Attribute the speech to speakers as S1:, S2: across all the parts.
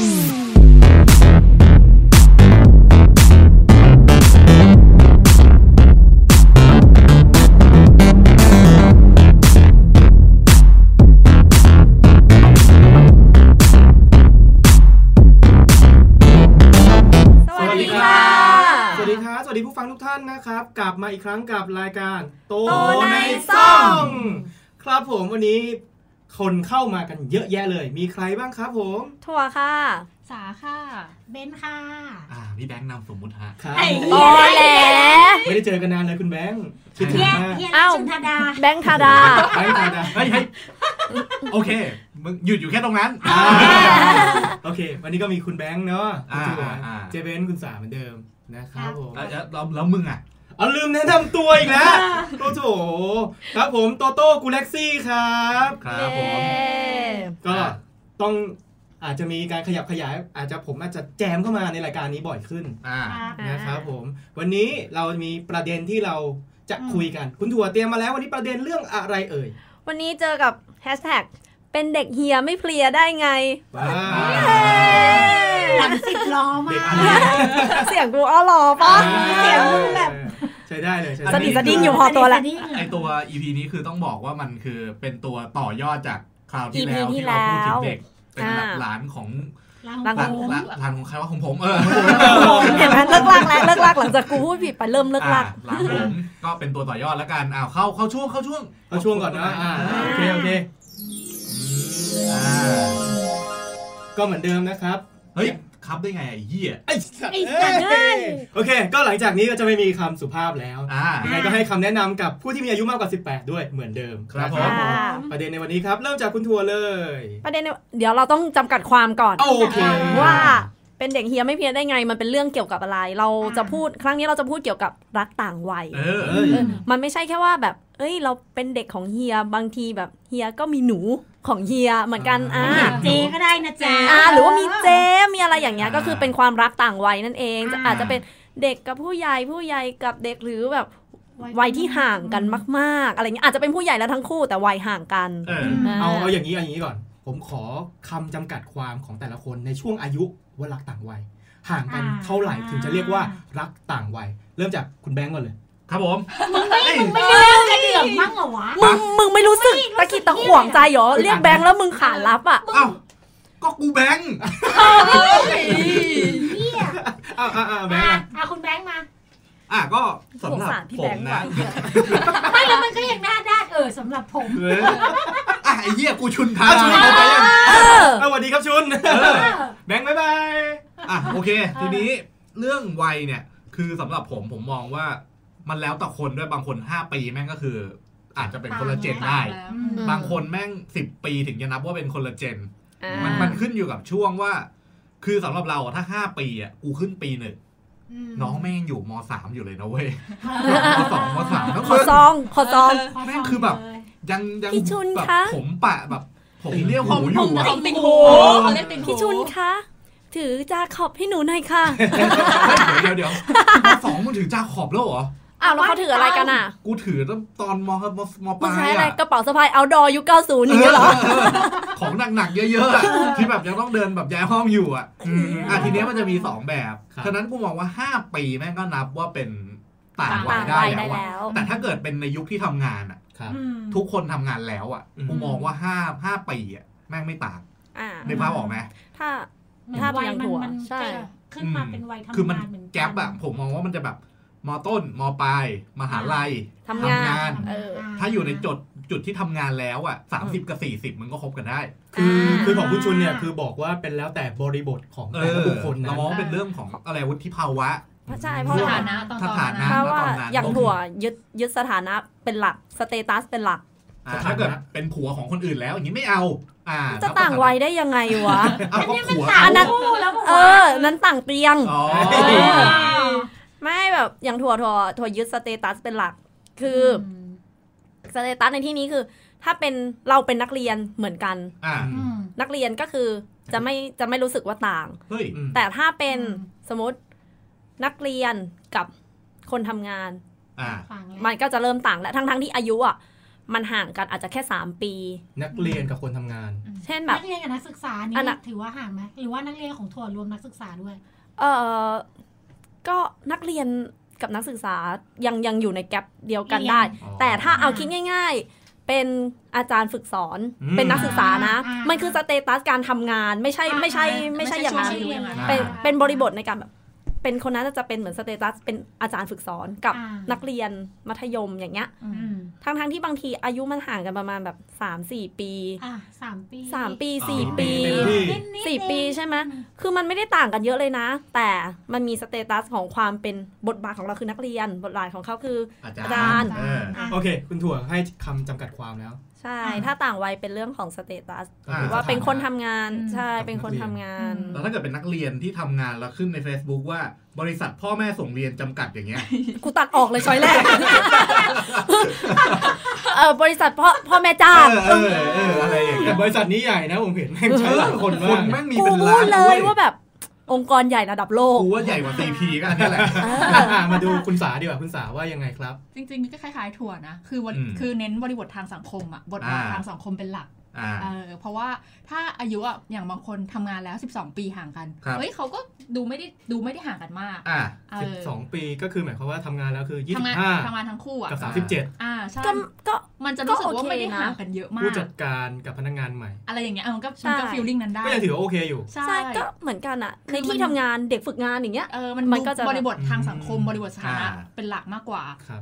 S1: สวัสดีค่ะ
S2: สวัสดีครับ สวัสดีผู้ฟังทุกท่านนะครับ กลับมาอีกครั้งกับรายการ โต
S1: โตในซ่อง
S2: ครับผมวันนี้คนเข้ามากันเยอะแยะเลย มีใครบ้างครับผม
S1: ถั่วค่ะ
S3: สาค่ะ เบนค่ะ
S4: อ่าพี่แบงค์นำสมมุติฮะ
S2: ครับ
S3: ไอ้
S1: โอ้แหล
S2: ไม่ได้เจอกันนานเลยคุณแบงค์คิดถึง
S3: เฮีย
S2: มาก
S3: เฮีย
S1: อ้าว
S3: ชุนธดา
S1: แบงค์ธาดา
S2: แบงค์ตาดา
S4: เฮ้ยเฮ้ยโอเค มึงหยุดอยู่แค่ตรงนั้น
S2: อ่าโอเค วันนี้ก็มีคุณแบงค์เนาะ
S4: อ่า
S2: คุณจุ๋ย
S4: อ่า
S2: เจเบนคุณสาเหมือนเดิมนะครับผม
S4: แล้วแล้วแล้วแล้วมึงอ่ะ
S2: เอาลืมแนะนำตัวอีกแล้วโอ้โหครับผมโตโต้กูเล็กซี่ครับ
S4: ครับผม
S1: เย้
S2: ก็
S4: อ่ะ
S2: ต้องอาจจะมีการขยับขยาย อาจจะผมอาจจะแจมเข้ามาในรายการนี้บ่อยขึ้น
S4: อ่า
S3: อ่าน
S2: นะครับผม วันนี้เรามีประเด็นที่เราจะ
S3: อืม
S2: คุยกัน คุณถั่วเตรียมมาแล้ววันนี้ประเด็นเรื่องอะไรเอ่ย
S1: วันนี้เจอกับแฮชแท็กเป็นเด็กเฮียไม่เพลียได้ไง
S2: ว้า
S4: เย้
S3: หลังสิบล้อมา
S2: เด็ก
S3: ก
S2: อะไร
S1: เสียงกูอ้อหรอปะ
S3: เสียงมึงแบบ
S2: ใช้ได้เลยใช้
S1: ส
S2: ได้
S1: นิทสดิ้งอยู่ พอตัวละ
S3: นนี้สดิ้ง
S4: ไอตัว EP นี้คือต้องบอกว่ามันคือเป็นตัวต่อยอดจากคราวที่
S1: EP
S4: แล้ว
S1: ที่
S4: ที่เราพูดถึงเด็ก
S1: แล้ว
S4: เป็นหลา
S1: อ่า
S4: หลานของ
S1: หลัง
S4: ห
S1: ขอ
S4: ลา
S1: น ง
S4: หลานหลานของใครวะของผม เออ
S1: เห็นไหมเลิกลากแล้วเลิกลากหลังจากกูพูดผิดไปเริ่มเลิกลาก
S4: อ่ะหลานผมก็เป็นตัวต่อยอดแล้วกันอ้าวเข้าเข้าช่วงเข้าช่วง
S2: เอาช่วงก่อนนะอ่าโอเคโอเค
S4: อ่า
S2: ก็เหมือนเดิมนะครับ
S4: เฮ้ยครับได้ไงไอ้เหี้ย
S2: ไอ้สัตว์
S3: ไอ้สัตว์เอ้ย
S2: โอเค ก็หลังจากนี้ก็จะไม่มีคำสุภาพแล้ว
S4: อ่า
S2: ยังไงก็ให้คำแนะนำกับผู้ที่มีอายุมากกว่า 18 ด้วยเหมือนเดิม
S4: ครับ
S2: นะ
S4: ผม
S1: ค่ะ
S2: ประเด็นในวันนี้ครับ เริ่มจากคุณทัวร์เลย
S1: ประเด็นเนี่ยเดี๋ยวเราต้องจำกัดความก่อน
S2: โอเค
S1: ว่าเป็นเด็กเฮียไม่เพลียได้ไง มันเป็นเรื่องเกี่ยวกับอะไร เราจะพูดครั้งนี้เราจะพูดเกี่ยวกับรักต่างวัย
S4: เออ
S2: เอ้ย
S1: เออมันไม่ใช่แค่ว่าแบบ เอ้ย เราเป็นเด็กของเฮีย บางทีแบบเฮียก็มีหนูของเฮียเหมือนกัน อ่า
S4: อ่า
S3: เจก็ได้นะจ๊ะ
S1: อ่า หรือว่ามีเจ มีอะไรอย่างเงี้ย
S4: อ่า
S1: ก็คือเป็นความรักต่างวัยนั่นเอง
S3: อ่า
S1: อาจจะเป็นเด็กกับผู้ใหญ่ ผู้ใหญ่กับเด็กหรือแบบวัยที่ห่างกันมากๆ อะไรเงี้ย อาจจะเป็นผู้ใหญ่แล้วทั้งคู่แต่วัยห่างกัน
S4: เออ
S2: เอาเอาอย่างนี้เอาอย่างนี้ก่อน ผมขอคำจำกัดความของแต่ละคนในช่วงอายุว่ารักต่างวัย ห่างกัน
S3: อ่า
S2: เท่าไหร่ถึงจะเรียกว่ารักต่างวัย เริ่มจากคุณแบงก์ก่อนเลย
S4: ครับผม
S3: ไม่เลิกกระเดื่องมั้งเหรอวะ
S1: มึง มึงไม่รู้สึก
S3: ไม่รู้สึก
S1: ตะขิดตะขวงใจเหรอ เรียกแบงค์แล้วมึงขารับอ่ะ
S4: อ้าว ก็กูแบงค์
S3: เฮีย
S2: อ้าวอ้าวอ้าวแบงก์
S3: อ่ะ
S2: อ่ะ
S3: อ่ะคุณแบงค์มา
S4: อ่ะก็
S1: ส
S4: สำหรั
S1: ง
S4: บ
S1: สารพี่
S4: ผ
S1: แบ
S4: ม
S1: งค์
S4: นะ
S1: ว่ะ
S3: ไม่แล้วมันก็ยังหน้าด้านเออสำหรับผม
S4: เอออ่ะไอ้เหี้ยกูชุนท้า
S2: อ้าวชุนเอาไปยัง
S1: เออ
S2: เอาสวัสดีครับชุน
S3: เออ
S2: แบงก์บ๊ายบาย
S4: อ่ะโอเค ทีนี้เรื่องวัยเนี่ย คือสำหรับผมผมมองว่า มันแล้วแต่คนด้วยบางคน 5 ปีแม่งก็คือ อาจจะเป็นคนละเจนได้
S1: ม
S4: บางคนแม่ง 10 ปีถึงจะนับว่าเป็นคนละเจน
S1: อ่า
S4: มันมันขึ้นอยู่กับช่วงว่า คือสำหรับเราอะถ้า 5 ปีอ่ะกูขึ้นปีหนึ่งน้องแม่งอยู่มสามอยู่เลยนะเว้ยมสองมสามทั้ง
S1: ข
S4: ค
S1: อน ซอง ขอซอง
S4: แม่งคือแบบ ยังยัง
S1: พี่ชุน
S4: แบบ
S1: คะ
S4: ผมปะแบบผมเรียกผมอยู่อะ
S5: ผมติดหูเขาเรียกติดหู
S1: พี่ชุนคะ ถือจาขอบให้หนูหน่อยค่ะ
S4: เดี๋ยวเดี๋ยวมสองมึงถือจาขอบแล้วเหรอ
S1: อ้าวแล้วเขาถืออะไรกันอ่ะ
S4: กูถือตั้งตอนมมมป
S1: มั
S4: ลาน
S1: ใช้
S4: ย
S1: อะไร
S4: อ่ะ
S1: กระเป๋าสะพายเอาดอยุค90อย่างเงี้ยเหรอ
S4: เออของหนักๆเยอะๆอะที่แบบยังต้องเดินแบบย้ายห้องอยู่อ่ะอ่ะทีเนี้ยมันจะมีสองแบบ
S2: ครับ
S4: ฉะนั้นกูมองว่าห้าปีแม่งก็นับว่าเป็นต่างวั
S1: ต่าย ง
S4: ได้
S1: วัยได้
S4: แล้ว
S1: แล้
S4: อะ
S1: ว
S4: แต่ถ้าเกิดเป็นในยุคที่ทำงานอ่ะ
S2: ครับ
S4: ทุกคนทำงานแล้วอ่ะกูมองว่าห้าห้าปีอ่ะแม่งไม่ต่าง
S1: อ่า
S4: ในภาพออกไหม
S1: ถ้า
S3: มัน
S1: ถ้า
S3: วัย
S1: ยัง
S3: มั
S1: หั
S3: น
S1: ว
S3: มัน
S1: ใช่
S3: จะขึ้นมาเป็นวัยทำงาน
S4: คือมัน
S3: เหมือนน
S4: แก๊ปอะผมมองว่ามันจะแบบมต้นมปลายมหาลัย
S1: ทำงาน
S4: ทำงาน
S1: เออ
S4: ถ้าอยู่ในจุดจุดที่ทำงานแล้วอะ30 กับ 40 มันก็คบกันได้
S2: คืออา คือของคุณชุนเนี่ยคือบอกว่าเป็นแล้วแต่บริบทของ
S4: เอ
S2: แต่
S4: อ
S2: ละบุคคลนะ
S4: เรามองว่าเป็นเรื่องของอะไรวุฒิภาวะ
S1: เพราะใช่เพราะ
S5: ส
S1: ว่า
S5: ถานะตอน
S4: ส
S5: ตอ
S4: ถานนะ
S1: เพ
S5: นะ
S1: ราะว่า
S4: ตอนนั้น
S1: อย่างหัวยึดยึดสถานะเป็นหลักสเตตัสเป็นหลัก
S4: อ่าถ้าเกิดเป็นผัวของคนอื่นแล้วอย่างนี้ไม่เอา อ่า
S1: จะต่างวัยได้ยังไงวะ
S4: เอาก็ผัว
S1: อันนั้น
S3: คู่แล้ว
S1: เออ นั้นต่างเตียง
S4: อ๋อ
S2: เออ
S1: ไม่แบบอย่างถั่วถั่วถั่วยึดสเตตัสเป็นหลัก คือสเตตัสในที่นี้คือ ถ้าเป็นเราเป็นนักเรียนเหมือนกัน
S4: อ่า
S1: นักเรียนก็คือจะไม่จะไม่รู้สึกว่าต่าง
S4: เฮ้ย
S2: อืม
S1: แต่ถ้าเป็น
S3: อืม
S1: สมมตินักเรียนกับ คนทำงาน
S4: อ่า
S3: ฟังเลย
S1: มันก็จะเริ่มต่างและทั้งทั้งๆที่อายุอ่ะมันห่างกันอาจจะแค่ 3 ปี
S2: นักเรียนกับคนทำงาน
S1: เช่นแบบ
S3: นักเรียนกับนักศึกษานี่
S1: อันน่ะ
S3: ถือว่าห่างไหมหรือว่านักเรียนของถั่วรวมนักศึกษาด้วย
S1: เออก็นักเรียนกับนักศึกษายังยังอยู่ในแกลบเดียวกันได้
S3: เรียน
S2: อ๋อ
S1: แต่ถ้าเอาคิดง่าย ๆ เป็นอาจารย์ฝึกสอน
S4: อืม
S1: เป็นนักศึกษานะ
S3: อ่าอ่ามั
S1: มันคือสเตตัสการทำงานไม่ใช่
S3: อ่า
S1: ไม่ใช่
S3: อ่า
S1: ไม่ใช่อย่างนั้น
S3: ไม่ใช่ช่วงเรียนอะ
S1: เป็น
S2: อ่า
S1: เป็นบริบทในการแบบเป็นคนนั้นจะเป็นเหมือนสเตตัสเป็นอาจารย์ฝึกสอนกับ
S3: อ่านั
S1: นักเรียนมัธยมอย่างเงี้ย
S5: อื
S3: อื
S5: ม
S3: ม
S1: ทั้งทั้งๆที่บางทีอายุมันห่างกันประมาณแบบ 3-4 ปี
S3: อ่ะสามปี
S1: 3 ปี 4
S4: ปี
S1: ปี
S2: เต็มที่
S3: นิดๆ
S1: สี่ปีใช่ไหม
S3: อื
S1: คือมันไม่ได้ต่างกันเยอะเลยนะ แต่มันมีสเตตัสของความเป็นบทบาทของเราคือนักเรียน บทบาทของเขาคือ
S4: อาจ
S1: อาจา
S4: าร ร
S1: ย์
S4: ย์เออ
S3: อ่ะ
S2: โอเค คุณถั่วให้คำจำกัดความแล้ว
S1: ใช่
S3: อ่า
S1: ถ้าต่างวัยเป็นเรื่องของสเตตัส
S4: อ่า
S1: หรือว่าเป็นคนทำงาน
S5: อืม
S1: ใช่เป็นคนทำงาน
S5: อืม
S4: แล้วถ้าเกิดเป็นนักเรียนที่ทำงานแล้วขึ้นใน Facebook ว่าบริษัทพ่อแม่ส่งเรียนจำกัดอย่างเงี้ย
S1: กูตัดออกเลยช้อยแรก เออบริษัทพ่อพ่อแม่จ้าง
S4: เออเอออะไรอย่างเงี้
S2: แต่
S4: ย
S2: บริษัทนี้ใหญ่นะผมเห็นแม่งใช้หลายคน
S4: ค
S2: มาน ก
S4: แม่งมี
S1: กู
S4: เป็น
S1: พู
S4: ล้า
S1: ด
S4: น
S1: เลย
S4: ด้
S1: ว่าแบบองค์กรใหญ่ระดับโลก
S4: กูว่าใหญ่กว่าซีพีก็อันเนี้ยแหละ
S1: เอ อ
S2: อ่ะมาดูคุณสาดีกว่าคุณสาว่ายังไงครับ
S5: จริงๆก็คล้ายๆถั่วนะ คือวัน
S4: อืม
S5: คือเน้นบริบททางสังคมอะบทบาท
S4: อ่า
S5: ทางสังคมเป็นหลัก
S4: อ่า
S5: เออเพราะว่าถ้าอายุอะอย่างบางคนทำงานแล้ว 12 ปีห่างกัน
S4: ครับ
S5: เฮ้ยเขาก็ดูไม่ได้ดูไม่ได้ห่างกันมาก
S4: อ่า
S5: เออ
S2: 12 ปีก็คือหมายความว่าทำงานแล้วคือ
S5: ทำงานทำ
S2: 25
S5: งานทั้งคู่อะ
S2: กับ
S4: อ่า
S2: 37
S5: อ่าใช่
S1: ก็ก็
S5: มันจะรู้สึก
S1: ก็โอ
S5: ว่า
S1: เค
S5: ไม่ได้
S1: นะ
S5: ห่างกันเยอะมา
S2: ผู้
S5: ก
S2: จัดการกับพนักงานใหม่
S5: อะไรอย่างเงี้ยเออมันก็มันก็
S1: ใช่
S5: ฟีลลิ่งนั้นได้
S2: ก็ยังถือว่าโอเคอยู่
S5: ใช่
S1: ใช่ก็เหมือนกันอะในที่ทำงานเด็กฝึกงานอย่างเงี้ย
S5: เออมัน
S1: มันก็จะ
S5: บริบททางสังคม
S2: อืม
S5: บริบทสถานะ
S4: อ่า
S5: เป็นหลักมากกว่า
S2: ครับ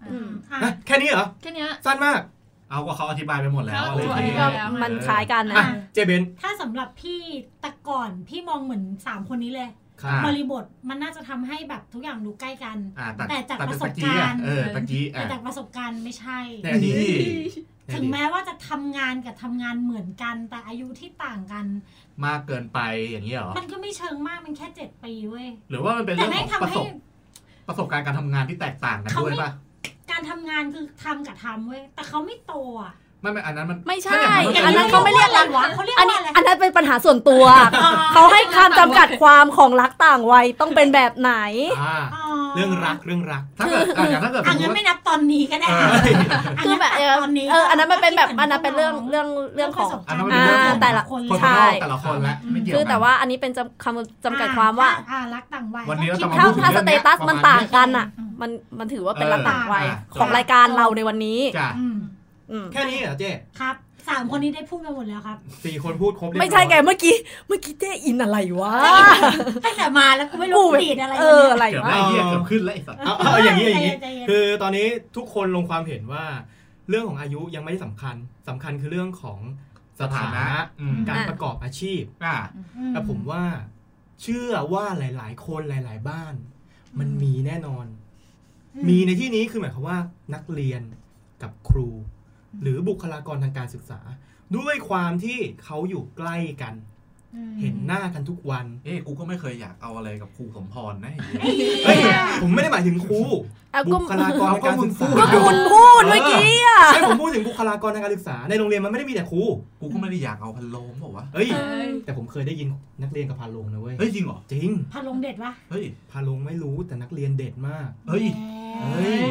S5: อ่า
S1: อืม
S3: ะ
S2: อ่ะแค่นี้เหรอ
S5: แค่เนี้ย
S2: สั้นมาก
S4: เอากว่าเขาอธิบายไปหมดแล้ว
S5: เขา
S4: อะไรอย่าง
S5: อธิ
S4: เงี้
S5: บาย ย แล้ว
S1: มันคล้ายกันนะ
S2: อ่ะ
S3: อ่ะ
S2: เจเบน
S3: ถ้าสำหรับพี่แต่ก่อนพี่มองเหมือนสามคนนี้เลย
S2: ครับ
S4: อ่ะ
S3: บริบทมันน่าจะทำให้แบบทุกอย่างดูใกล้กัน
S4: อ่าตัด
S3: แต่จาก
S4: ตัด
S3: ป
S4: เป็น
S3: ระสบ
S4: ตะกี้
S3: การ
S4: อ่ะ
S3: ณ์
S4: เออตะกี้
S3: แต่
S4: อ่ะ
S3: จากประสบการณ์ไม่ใช่
S2: ในอดีตในอ
S3: ถึง
S2: ดีต
S3: แม้ว่าจะทำงานกับทำงานเหมือนกัน แต่อายุที่ต่างกัน
S4: มากเกินไปอย่างเงี้ยเหรอ
S3: มันก็ไม่เชิงมากมันแค่เจ็ดปีเว้ย
S4: หรือว่ามันเป็น
S3: แต่
S4: เรื่อง
S3: ไม่
S4: ของ
S3: ทำ
S4: ประส
S3: ให้
S4: บประสบการณ์การทำงานที่แตกต่างกัน
S3: เขา
S4: ด้วย
S3: ไม่
S4: ป่ะ
S3: การทำงานคือทำกับทำเว้ย แต่เขาไม่โตอ่ะ
S4: ไม่ไม่อันนั้นมัน
S1: ไม่ใช่
S4: ถ้าอย่าง
S1: อันนั้นเขาไม่เรียกรัก
S3: วะเขาเรียก
S1: อันนี้
S3: ว่าอะไร
S1: อันนั้นเป็นปัญหาส่วนตัว เขาให้คำจำกัดความของรักต่างวัยต้องเป็นแบบไหน
S2: อ่า
S3: อ๋อ
S2: เรื่องรักเรื่องรัก
S4: ถ้าเกิดอ่ะอย่างถ้าเกิดส
S3: อ่ะ
S4: มม
S3: งั้น
S4: ติว่า
S3: ไม่นับตอนนี้ก็ได้
S4: เออ
S3: ะ
S1: คือแบบเออ
S3: งั้นตัดตอนนี้
S1: เอออันนั้นมันเป็นแบบ
S3: ก็คิดหมื
S1: อันนั้นเป็นเรื่องเรื่องเรื่องของ
S4: อันนั้นมันเป็นเรื่องของ
S1: อ่าแต่ละ
S3: คน
S4: ค
S3: ละ
S4: นข้างนอก
S1: ใช่
S4: แต่ละคนละไม่เกี่ยว
S1: คือ
S4: กัน
S1: แต่ว่าอันนี้เป็นจำคำจำกัดความว่า
S3: อ่อ่ารักต่างวัย
S4: วันนี้เราจะม
S1: ถ้า
S4: อ่ะ
S1: ถ้าสเตตัสมันต่างกันอ่ะ
S5: อืม
S1: มันมันถือว่าเป็นรักต่างวัย
S4: เอออ่ะ
S1: ของรายการเราในวันนี้
S4: จ้ะ
S3: อืม
S1: อืม
S2: แค่นี้เหรอเจ๊
S3: ครับสามคนนี้ได้พูดไปหมดแล้วครับ
S2: สี่คนพูดครบเรียบร้อย
S1: ไม่ใช่แกเมื่อกี้เมื่อกี้เจ๊อินอะไรวะ
S3: ตั้งแต่มาแล้วกูไม่รู้ดีดอะไร
S1: เอออะไร
S4: เกือบ
S1: วะ
S4: ไม่เหี้ยเกือบขึ้นแล้วไอ้สัตว์
S2: เอาเอาอย่างนี้อย่างนี้
S3: ใจเย็น
S2: คือตอนนี้ทุกคนลงความเห็นว่า เรื่องของอายุยังไม่ได้สำคัญสำคัญคือเรื่องของ
S4: สถานะอืม
S3: อ่ะ
S2: การประกอบอาชีพ
S4: อ่ะ
S3: อื
S2: แต่ผมว่าเชื่อว่าหลาย ๆ คนหลาย ๆ บ้าน มันมีแน่นอน
S3: อื
S2: มีในที่นี้คือหมายความว่านักเรียนกับครู หรือบุคลากรทางการศึกษา ด้วยความที่เขาอยู่ใกล้กัน
S3: อืม
S2: เห็นหน้ากันทุกวัน
S4: เอ้กูก็ไม่เคยอยากเอาอะไรกับครูสมพรนะไอ้เหี้ย
S2: เฮ้ยผมไม่ได้หมายถึงครู
S1: เอาก็
S2: บุคลากรทางการศึกษา
S1: ก็คุณพูดเมื่อกี้อ่ะ
S2: ใช่ผมพูดถึงบุคลากรทางการศึกษา ในโรงเรียนมันไม่ได้มีแต่ครู
S4: กูก็ไม่ได้อยากเอาพันโลมบอกว่าวะ
S2: เอ้ย
S5: เอ้ย
S2: แต่ผมเคยได้ยินนักเรียนกับพาลงนะเว้ย
S4: เฮ้ยจริงเหรอ
S2: จริง
S3: พาลงเด็ดวะ
S4: เฮ้ย
S2: พาลงไม่รู้แต่นักเรียนเด็ดมาก
S4: เฮ้ย
S3: แหม
S2: เฮ้ย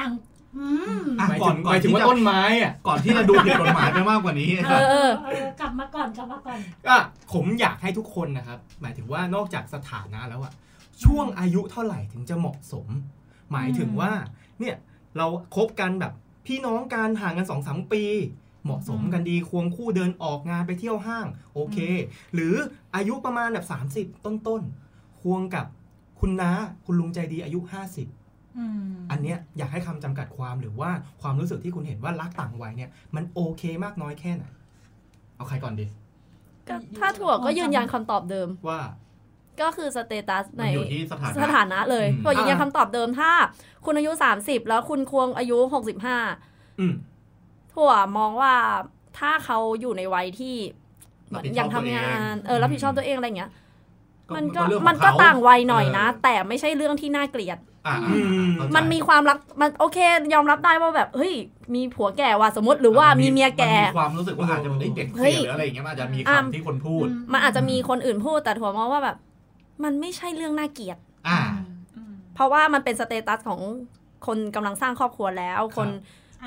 S3: นางอืม
S4: อ่ะ
S2: หมาย
S4: ก่อ
S2: ถึ
S4: น
S2: งห
S4: ก่อน
S2: มายถึงว่า
S4: ที่จะ
S2: ต้นไม้อ่ะ
S4: ก่อนที่จะดูผิดกฎหมายไปมากกว่านี้ไอ้
S1: เอ
S4: สั
S1: อ
S4: ตว์
S1: เออ
S3: เออกลับมาก่อนกลับมาก่อน
S2: ก็ผมอยากให้ทุกคนนะครับ หมายถึงว่านอกจากสถานะแล้วอะช่วงอายุเท่าไหร่ถึงจะเหมาะสม หมายถึงว่าเนี่ยเราคบกันแบบพี่น้องกันห่างกันสองสามปี เหมาะสมกันดีควงคู่เดินออกงานไปเที่ยวห้างโอเค หรืออายุประมาณแบบ 30 ต้นๆควงกับคุณน้าคุณลุงใจดีอายุ 50
S3: อืม
S2: อันเนี้ยอยากให้คำจำกัดความหรือว่าความรู้สึกที่คุณเห็นว่ารักต่างวัยเนี่ยมันโอเคมากน้อยแค่ไหนเอาใครก่อนดี
S1: ก็ถ้าถั่วก็ยืนยันคำตอบเดิม
S2: ว่า
S1: ก็คือสเตตัส
S4: มั
S1: ใน
S4: นอยู่ที่สถานะ
S1: สถานะเลย
S4: อืม
S1: ถั่วยืนยัน
S2: อ่า
S1: คำตอบเดิมถ้า คุณอายุ 30 แล้วคุณควงอายุ 65
S2: อืม
S1: ถั่วมองว่าถ้าเขาอยู่ในวัยที่เหมือนยังทำงาน เออรับผิดชอบตัวเองอะไรอย่างเงี้ย มันก็
S4: เรื่องของ
S1: มันก็
S4: เข
S1: ต่างวัยหน่อยนะ
S4: เ
S1: แต่ไม่ใช่เรื่องที่น่าเกลียด
S4: อออ่ะอ่ะ
S2: อืม
S4: เข้าใจ
S1: มันมีความรักมันโอเค ยอมรับได้ว่าแบบเฮ้ยมีผัวแก่ว่ะสมมติหรือว่ามีเมียแก่
S4: นมีความรู้สึกว่าอาจจะได้เด็ก
S1: เฮ้
S4: เสี
S1: ย
S4: ยหรืออะไรอย่างเงี้ยมันอาจจะมี
S1: อ่ะ
S4: คำที่คนพูด
S1: มันอาจจะมีคนอื่นพูดแต่ถั่วมองว่าแบบ มันไม่ใช่เรื่องน่าเกลียด
S4: อ่า
S3: อืม
S5: อืม
S1: เพราะว่ามันเป็นสเตตัสของคนกำลังสร้างครอบครัวแล้ว คน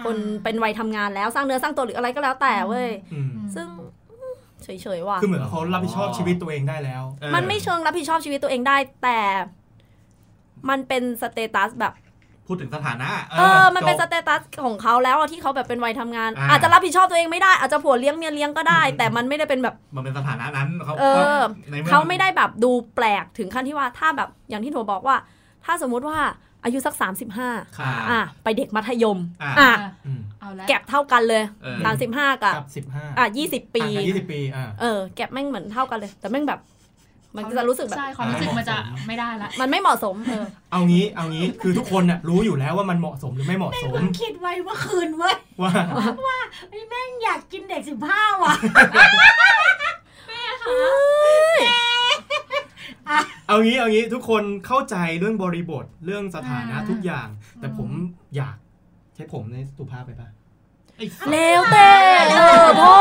S1: คนเป็นวัยทำงานแล้วสร้างเนื้อสร้างตัวหรืออะไรก็แล้วแต่เว้ย
S2: อืม
S1: ซึ่งเฉยๆว่ะ
S2: คือเหมือนเขารับผิดชอบชีวิตตัวเองได้แล้ว
S4: เออ
S1: มันไม่เชิงรับผิดชอบชีวิตตัวเองได้แต่ มันเป็นสเตตัสแบบ
S4: พูดถึงสถานะ
S1: เออ มันเป็น
S4: จ
S1: ส
S4: บ
S1: เตตัสของเขาแล้วอะที่เขาแบบเป็นวัยทำงาน
S4: อ่า
S1: อาจจะรับผิดชอบตัวเองไม่ได้อาจจะผัวเลี้ยงเมียเลี้ยงก็ได้ แต่มันไม่ได้เป็นแบบ
S4: มันเป็นสถานะนั้นเขา
S1: เออ
S4: ในอ
S1: เขาไม่ได้แบบดูแปลกถึงขั้นที่ว่าถ้าแบบอย่างที่ถั่วบอกว่า ถ้าสมมุติว่าอายุสัก 35
S4: ค่ะ
S1: อ่ะไปเด็กมัธยม
S4: อ่ะ
S1: อ่ะ
S2: อืม
S5: เอาละ
S1: แก็บเท่ากันเลย
S4: เออ
S1: สามสิบห้ากับ
S2: กับสิบห้า
S1: อ่ะยี่สิบปี
S2: ยี่สิบปีอ่า
S1: เออ แก็บแม่งเหมือนเท่ากันเลย แต่แม่งแบบ มันจะรู้สึกแบบ
S5: ใช่ความรู้สึกมันจะไม่ได้ละ
S1: มันไม่เหมาะสมเอ อ
S2: เอางี้ เอางี้ คือทุกคนน่ะรู้อยู่แล้วว่ามันเหมาะสมหรือไม่เหมาะ สม
S3: เพิ่งคิดไว้เมื่อคืนเว้ย
S2: ว่า
S3: ไอ้แม่งอยากกินเด็กสิบห้าว่ะ
S2: เอางี้ เอางี้ ทุกคนเข้าใจเรื่องบริบท เรื่องสถานะ
S5: อ่า
S2: ทุกอย่าง แต่ผมอยากใช้ผมในสุภาพไปปะ
S4: ไอ้สัตว์
S1: เลวเต้เออพ่อ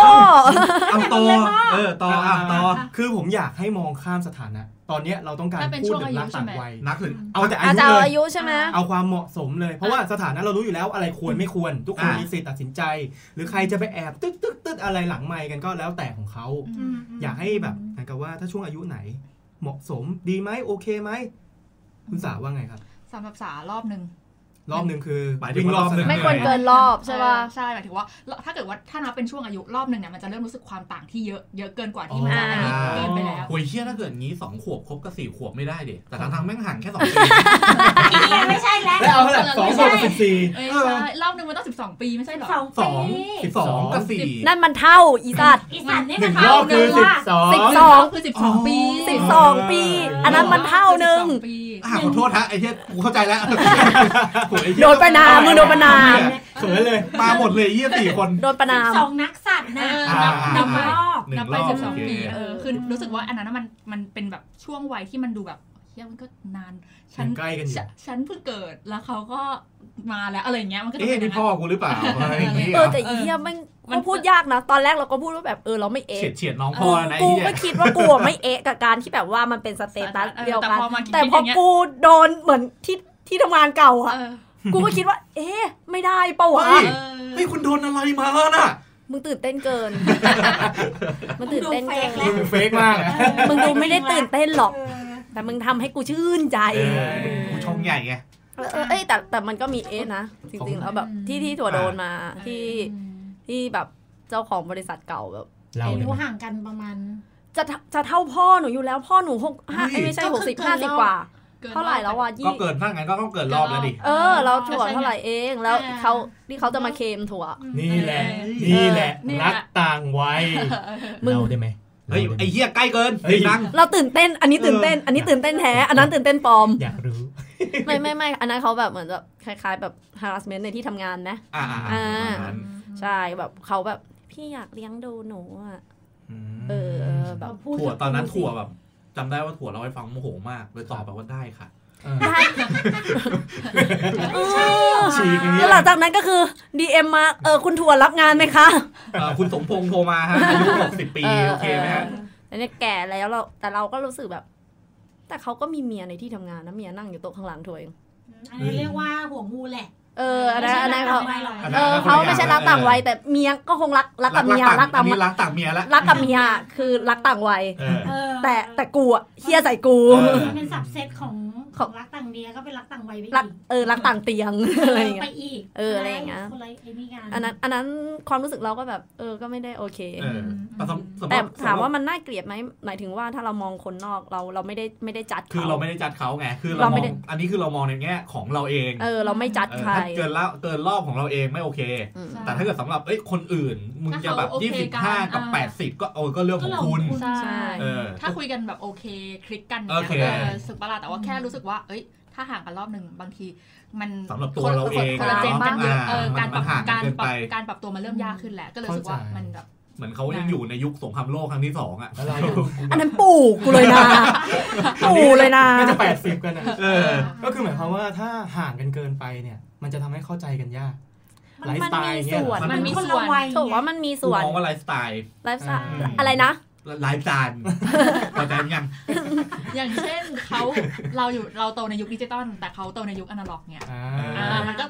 S4: เอาต่อเออต่ออ่ะต่อ
S2: คือผมอยากให้มองข้ามสถานะ ตอนเนี้ยเราต้องการ
S5: ถ้าเป็น
S2: พูด
S5: ช่วง
S2: ถึ
S5: อาง ยุ
S2: รักต่าง
S5: ใช่ไหม
S2: วัย
S4: นักถึง
S2: เอาแต่อา
S1: อาจ
S2: ยุ
S1: จะเอา
S2: เลย
S1: อายุใช่ไหม
S2: เอาความเหมาะสมเลย เพราะว่าสถานะเรารู้อยู่แล้วอะไรควรไม่ควร ทุกคน
S4: อ่ามี
S2: มีสิทธิ์ตัดสินใจ หรือใครจะไปแอบตึ๊ดตึ๊ดตึ๊ดอะไรหลังไมค์กันก็แล้วแต่ของเขา อยากให้แบบเหมือนกับว่าถ้าช่วงอายุไหน เหมาะสมดีไหมโอเคไหมคุณสาว่าไงครับ
S5: สำหรับสารอบหนึ่ง
S2: รอบหนึ่งคือ
S4: หมายถึง
S2: วิ่งรอบ
S4: รอบหนึ่ง
S1: ไม่ควรเกินรอบใช่ป่ะ
S5: ใช่หมายถึงว่าถ้าเกิดว่าถ้านับเป็นช่วงอายุรอบหนึ่งเนี่ยมันจะเริ่มรู้สึกความต่างที่เยอะเยอะเกินกว่าที่มัน
S1: อ๋อ
S5: อันนี้เกินไปแล้ว
S4: โอ้ยเชี่ยถ้าเกิดงี้สองขวบคบกับสี่ขวบไม่ได้ดิแต่ทางทางๆแม่งห่างแค่สอง ปี
S3: ไม่ใช่แล้ว
S2: แล้วเอาเท่าไหร่สอง
S5: ไม่
S2: บ
S5: ใช่
S2: วกกับสิบสี่
S5: เอ้ยใช่รอบหนึ่งมันต้องสิบสองปีไม่ใช่เหรอ
S3: สอง
S2: ส
S3: ปี
S2: องสิบ
S4: ส
S2: ส
S4: อ
S2: องง
S4: กับสี่
S1: นั่นมันเท่าอีสัตว์
S3: อีสันนี่
S2: ห
S3: มั
S2: นึ่
S3: น
S2: งร
S3: เท่า
S2: อบคือสิบสอง
S1: สิบ
S5: สองคือสิบสองปี
S1: สิบสองปี อันนั้นมันเท่าหนึ่ง
S5: สิบสอปี
S4: อ่ะขอโทษฮะไอ้เชี่ยกูเข้าใจแล้ว
S1: โดนประนามมึงโดนประนาม
S2: เขินเลย
S4: มาหมดเลยไอ้เยี่ยสี่คน
S1: โดนประนาม
S3: สองนักสัตว์
S5: เอ
S3: นะ
S5: อ
S4: อ่า
S5: นับนับไป
S4: อ่า หนึ่งรอบ
S5: นับไปสิบสอง
S4: โอเค
S5: ปีเออคือรู้สึกว่าอันนั้นนะมันมันเป็นแบบช่วงวัยที่มันดูแบบเฮียมันก็นานฉัน
S2: ยังใกล้กันอยู่
S5: ฉัฉันเพิ่งเกิดแล้วเขาก็มาแล้วอะไรอย่างเงี้ยมันก็จะ
S4: เอ๊ะ
S5: เป็นอย่า
S4: นี่
S5: งนั้น
S4: พ่อกูหรือเปล่าอะไรอย่างเงี้ย
S1: เออแต่อีเหี้ยแม่งมันพูดยากนะ ตอนแรกเราก็พูดว่าแบบเออเราไม่เอะ
S4: เฉียดเฉียดๆน้องพ่อนะไอ้
S1: กู
S4: เหี้ย
S1: ไม่คิดว่ากูอะไม่เอะกับการที่แบบว่ามันเป็นสเตตัส
S5: เออ
S1: เดียวกัน
S5: แต่พอมาคิด
S1: แต่พ
S5: อ
S1: อย่าง
S5: เงี้ย
S1: กูโดนเหมือนที่ที่ทำงานเก่าอะ
S5: เออ
S1: กูก็คิดว่า เอ๊ะไม่ได้ปะวะ
S4: เฮ้ย
S5: เออ
S4: เฮ้ยคุณโดนอะไรมาน่ะ
S1: มึงตื่นเต้นเกิน มันตื่นเต้นเกิน
S2: มึงเป็นเฟกมากอะ
S1: มึงดูไม่ได้ตื่นเต้นหรอก
S3: เออ
S1: แต่มึงทำให้กูชื่นใจ
S4: เออกูชงใหญ่ไง
S1: เออเออเอ้ยแต่แต่มันก็มีเอสนะ จริงๆแล้วแบบที่ที่ถั่วโดนมาที่ที่แบบเจ้าของบริษัทเก่าแบบ
S2: เรา
S3: อา
S2: เนี่
S3: ยุ
S2: ย
S3: ห่างกันประมาณ
S1: จะเท่าจะเท่าพ่อหนูอยู่แล้วพ่อหนูหกห้า
S4: เฮ้
S1: เอ้
S4: ย
S1: ยไม่ใช่
S3: ก็
S1: หก
S3: คือ
S1: สิบ
S3: เกิน
S1: ห้าร
S3: อบ
S1: สิบกว่า เท่าไหร่แล้วอ่ะยี่
S4: ก็เกินถ้างั้นก็ต้องเกินรอบแล้วดิ
S1: เออ เราถั่วเท่าไหร่เองแล้วเขาที่เขาจะมาเคลมถั่ว
S2: นี่แหละ
S5: เออ
S2: นี่แหละ
S5: เนี่ย
S2: รักต่างวัย
S1: มึง
S2: เราได้ไหม
S4: เฮ้ย
S2: ราด้
S4: ไอ้
S2: หม
S4: เหี้ยใกล้เกิน
S2: เฮ้ย
S4: ดัง
S1: เราตื่นเต้น อันนี้ตื่นเต้น อันนี้ตื่นเต้นแท้ อันนั้นตื่นเต้นปลอม
S2: อยากรู้
S1: ไม่ไม่ไม่อันนั้นเขาแบบเหมือนแบบคล้าย ๆ แบบ harassment ในที่ทำงานนะ
S4: อ่า
S1: อ่า
S4: ๆๆ
S1: ใช่แบบเขาแบบพี่อยากเลี้ยงดูหนูอ่ะเออแบบ
S3: พูด
S4: ถั่วตอนนั้นถั่วแบบจำได้ว่าถั่วเราให้ฟังโมโหมากเลยตอบแบบว่าได้ค่ะ
S2: ฉีกอย่างเงี้ย
S1: แล้วหลังจากนั้นก็คือ DM มาเออคุณถั่วรับงานไหมคะ
S4: เอ่อคุณสมพงษ์โทรมาฮะอายุ60 ปี โอเคไหมฮะ
S1: แต่เนี่ยแก่แล้วเราแต่เราก็รู้สึกแบบ แต่เขาก็มีเมียในที่ทำงานนะเมียนั่งอยู่โต๊ะข้างหลังถั่วเอง
S3: อันนี้เรียกว่าหัวงูแหละ
S1: เอออันนั้นอันนั้นเขา
S3: ไม่ใช่รักกัน
S4: อันนั้
S1: เอน อเขาไม่ใช่รักต่างวัยแต่เมียก็คงรักรักกับเมียรัก
S4: อั
S1: ต่าน ง
S4: นี้รักต่างเมียละ
S1: รักกับเมียคือรักต่างวัย
S4: เออ
S3: เออ
S1: แต่แต่กูอะเฮียใส่กู
S4: เออ
S3: มันเป็นสับเซตของของรักต่างเดียก็เป็นรักต่างวัยไป
S1: รัก
S3: อีก
S1: เออรักต่างเตียง อะไรอย่างเงี้
S3: ไป
S1: ย
S3: อีก
S1: เอออะไรอย่างเงี้ย
S3: คนละไอ้นี่งาน
S1: อันนั้นอันนั้นความรู้สึกเราก็แบบ เออก็ไม่ได้โอเค
S4: เออแต่สำสำห
S1: แต่
S4: รับ
S1: ถามว่ามันน่าเกลียดไหมหมายถึงว่าถ้าเรามองคนนอกเราเราไม่ได้ไม่ได้จัด
S4: คือ
S1: เขา
S4: เราไม่ได้จัดเขาไง คือเรา
S1: เรา
S4: ม
S1: ไม่
S4: อง
S1: ได้
S4: อันนี้คือเรามองในแง่ของเราเอง
S1: เออ เราไม่จัด
S4: เออ
S1: ใคร
S4: ถ้าเกินแล้วเกินรอบของเราเองไม่โอเค
S1: อืม
S5: ใช่
S4: แต่ถ้าเกิดสำหรับเอ้ยคนอื่น มึงจะแบบ
S5: ถ้าเขาโอเค
S4: ยี่สิบ
S5: กัน
S4: ห้ากับ
S5: อ่า
S4: แปดสิบก็เออก็เรื่องของคุณ
S5: ใช่
S1: ใช่
S4: เออ
S5: ถ้าคุยกันแบบโอเค คลิกกัน
S4: โอเค
S5: นี่ยออสึกประหลาดแต่ว่าแค่รู้สึกว่า เอ้ย ถ้าห่างกันรอบหนึ่งบางที มัน
S4: สำหรับตัว
S5: คน
S4: เราเอง
S5: คนละเจน
S4: เนาะ
S5: บ้างเยอะ
S4: อ่า
S5: เออการปรั
S4: มั
S5: บ
S4: นห่างกัน
S5: การ
S4: เกิน
S5: ปรับ
S4: ไป
S5: การปรับตัวมันเริ่มยากขึ้นแหละ ก็เลยรู้สึกว่า
S2: เข้าใจ
S5: มันแบบ
S4: เหมือนเขายังอยู่ในยุคสงครามโลกครั้งที่สองอ่ะ
S2: แล้วเราอยู่
S1: อันนั้นปู่กูเลยนะ ปู่เลยนะ
S2: น่าจะแปดสิบกันนะ
S4: เออ
S2: ก็คือหมายความว่าถ้าห่างกันเกินไปเนี่ย มันจะทำให้เข้าใจกันยาก
S1: มัน
S2: ไลฟ์สไตล์
S1: มี
S2: เงี้ย
S1: ส่วน
S2: เหรอ
S3: มัน
S5: มี
S3: คน
S5: ส่
S3: ละ
S5: วน
S3: วัย
S1: ถูกว่ามันมี
S4: กู
S1: ส่วน
S4: มองว่าไลฟ์สไตล์
S1: ไลฟ์สไตล์
S4: อืม
S1: อะไรนะ
S4: หลายจานพอใจยัง
S5: อย่างเช่นเขาเราอยู่เราโตในยุคดิจิตอลแต่เขาโตในยุคอนาล็อกเนี่ย
S2: อ่า
S5: อ่ามันก็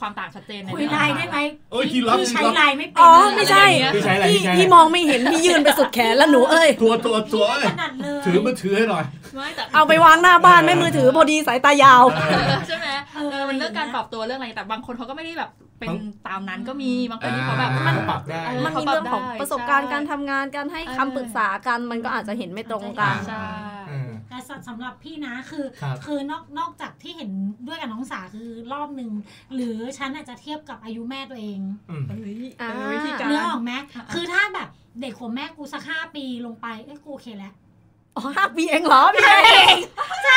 S5: ความต่างชัดเจนใน
S3: คุย
S5: เรื่อง
S3: ไลน์ได้ไหม
S4: เอ้ยที
S3: ที่
S4: รับ
S3: ที่ใช้ไลน์ไม่เป็น
S1: อ๋อไม่ใช่
S2: พี่ใช้อะไร
S1: พี่
S2: พี่ใช้อะไร
S1: พี่มองไม่เห็นพี่ยืนไปสุดแขนแล้วหนูเอ้ย
S4: ตัวตัวตัวเล
S3: ข
S4: ย
S3: นาดเลย
S4: ถือมือถือให้หน่อย
S5: ไม่แต่
S1: เอาไปวางหน้าบ้านไม่มือถือพอดีสายตายาว
S4: เออ
S5: ใช่ไหมเออมันเรื่องการปรับตัวเรื่องอะไรแต่บางคนเขาก็ไม่ได้แบบเป็นตามนั้นก็มีบางคนที่เขาแบบ
S4: อ่ามั
S5: มัน
S2: ปรับได้
S5: เอ
S1: มันมีเรื่องของประสบการณ์การทำงานการให้คำปรึกษากันมันก็อาจจะเห็นไม่ตรงกัน
S5: ใช่
S2: เออ
S3: แต่สำหรับพี่นะคือ
S2: ครับ
S3: อนอกนอกจากที่เห็นด้วยกับน้องสาคือรอบหนึ่งหรือฉันอาจจะเทียบกับอายุแม่ตัวเอง
S2: อืม
S5: เอ้ย
S1: อ่า
S5: เออวิธีการ
S3: เนื้อออกไหม
S5: อ่ะ
S3: คือถ้าแบบเด็กของแม่กูสักห้าปีลงไปเอ้ยกูโอเคแล้ว
S1: อ๋อห้าปีเองเหรอพี่เอง
S3: ใช่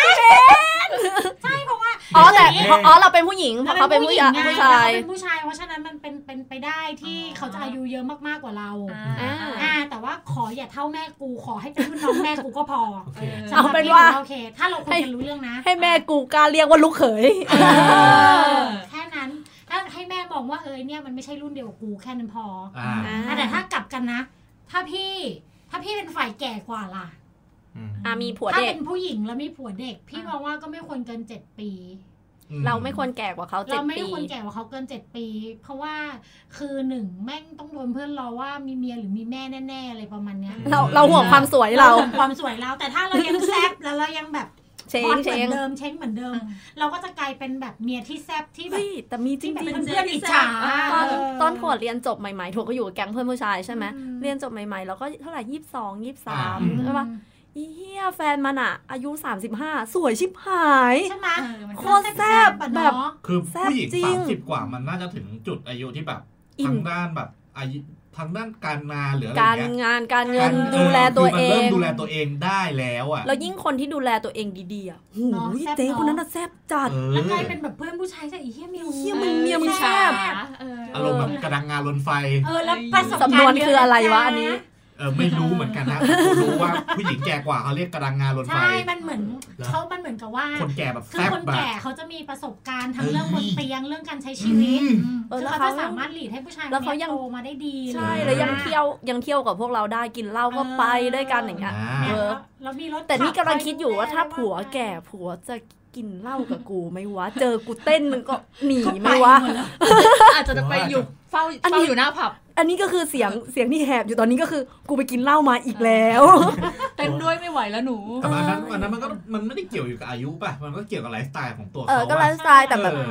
S3: เพราะว่า
S1: อ๋อแต่เพราะอ๋อเราเป็นผู้หญิงเพราะเขาเป็นผู้หญิง
S3: เรา
S1: ผู้
S3: เป็นผู้หญิง
S1: ชา
S3: ไง
S1: ย
S3: เราเป็นผู้ชาย เพราะฉะนั้นมันเป็นเป็นไปได้ที่
S5: อ๋อ
S3: เขาจะอายุเยอะมากๆกว่าเรา
S5: อ่า
S3: อ่าแต่ว่าขออย่าเท่าแม่กูขอให้เป็นรุ่นน้องแม่กูก็พอ
S2: โอเค
S3: สำหรับ
S1: เอาเป็นว่า
S3: พี่โอเค ถ้าเราคุยกันรู้เรื่องนะ
S1: ให้แม่กูกล้าเรียกว่าลูกเขย
S3: เออแค่นั้นถ้าให้แม่มองว่าเอยเนี่ยมันไม่ใช่รุ่นเดียวกับกูแค่นั้นพอ
S4: อ่า
S3: อ่าแต่ถ้ากลับกันนะ ถ้าพี่ถ้าพี่เป็นฝ่ายแก่กว่าล่ะ
S2: อืม
S1: อ่ามีผัว
S3: ถ้า
S1: เด็ก
S3: เป็นผู้หญิงแล้วมีผัวเด็ก พี่มองว่าก็ไม่ควรเกินเจ็ดปี
S1: เราไม่ควรแก่กว่าเขาเจ็
S3: เรา
S1: ด
S3: ไม่
S1: ปี
S3: ควรแก่กว่าเขาเกินเจ็ดปี เพราะว่าคือหนึ่งแม่งต้องโดนเพื่อนเราว่ามีเมียหรือมีแม่แน่ๆอะไรประมาณเนี้ย
S1: เราเราห่วงความสวยเรา
S3: ห่วงความสวยเราแต่ถ้าเรายังแซ บแล้วเรายังแบบ
S1: เชง
S3: ฮอต
S1: เช
S3: เหมือง นเดิมเช้งเหมือนเดิม เราก็จะกลายเป็นแบบเมียที่แซบที่แบบ
S1: เฮ้ยแต่มีจริง
S3: ที่
S1: ๆ
S3: แบบเพื่อนๆอิจฉา
S1: ตอนตอนถั่วเรียนจบใหม่ๆถั่วก็อยู่กับแก๊งเพื่อนผู้ชายใช่ไหม
S3: อืม
S1: เรียนจบใหม่ๆแล้วก็เท่าไหร่ยี่สิบสองยี่สิบ
S4: อ่า
S1: สาม
S3: อืม
S1: ใช่ปะอีเฮียแฟนมันอะอายุ 35 สวยชิบหาย
S3: ใช่ไหม
S5: เออมัน
S1: โค
S5: ก็
S1: ตรแซ่บ
S3: อะ
S1: แบบ
S3: เนาะ
S4: คือผู้หญิง
S1: แซ่บจริง
S4: สามสิบกว่ามันน่าจะถึงจุดอายุที่แบบ
S1: อิ่ม
S4: ทางด้านแบบอายุทางด้านการงานหรืออะไร
S1: การ
S4: เงี้ย
S1: งานการเงิน
S4: การ
S1: ดูแลตัวเอ
S4: คืมันเริ่ม
S1: ง
S4: ดูแลตัวเองได้แล้วอ่ะ
S1: แล้วยิ่งคนที่ดูแลตัวเองดีๆอะโห
S3: เนาะแซ่บ
S1: เจ๊
S3: เนาะ
S1: คนนั้นน่ะแซ่บจัด
S4: เออ
S3: แล้วกลายเป็นแบบเพื่อนผู้ชายจะอีเหี้ยเมีย
S1: เหี้ยมึงเมียมึงแซ่บ
S5: เออ
S4: อารมณ์แบบกระดังงานลนไฟ
S3: เออแล้วประสบการณ์
S1: สำนวนคืออะไรวะอันนี้
S4: เออไม่รู้เหมือนกันนะรู้ว่าผู้หญิงแก่กว่าเขาเรียกกระดังงานลนไฟ
S3: ใช่มันเหมือนเขามันเหมือนกับว่า
S4: คนแก่แบบ
S3: คือ
S4: แซ่บ
S3: คน
S4: แบบ
S3: แก่เขาจะมีประสบการณ์ทั้ง
S4: เอ้ย
S3: เรื่องบนเตียงเรื่องการใช้ชีวิต
S5: อืม
S1: เออ
S3: คือ
S1: แล้ว
S3: เขา
S1: เขา
S3: จะสามารถหลีดให้ผู้ชาย
S1: แล้วเขายัง
S3: โตมาได้ดี
S1: ใช่
S3: อะ
S1: แล้ว
S3: ไร
S1: ยังเที่ยวยังเที่ยวกับพวกเราได้กินเหล้าก็ไปด้วยกันอย่างเงี้ย
S4: อ่า
S1: เออ
S3: เรามีรถ
S1: แต่นี่กำลังคิดอยู่ว่าถ้า
S3: ขับไป
S1: ผัวแก่
S3: ได้
S1: ผัวจะกินเหล้ากับกูไหม่วะ เจอกูเต้นมันก็หนี
S3: ก็
S1: ไห
S3: ป
S1: ม่วะ
S3: หดแล้ว
S5: อาจจะไปอยู่เฝ้า
S1: อัน
S5: เฝ้า
S1: นี้
S5: อยู่หน้าผับ
S1: อันนี้ก็คือเสียงเสียงที่แหบอยู่ตอนนี้ก็คือกูไปกินเหล้ามาอีกแล้ว
S5: เต้นด้วยไม่ไหวแล้วหนู
S4: แต่อันนั้นอันนั้นมันก็มันไม่ได้เกี่ยวอยู่กับอายุป่ะ มันก็เกี่ยวกับไลฟ์สไตล์ของตัว
S1: เออ
S4: เขา
S1: ก็ไล
S4: ว่า
S1: ฟ์สไตล์แต่แบบ
S4: เออ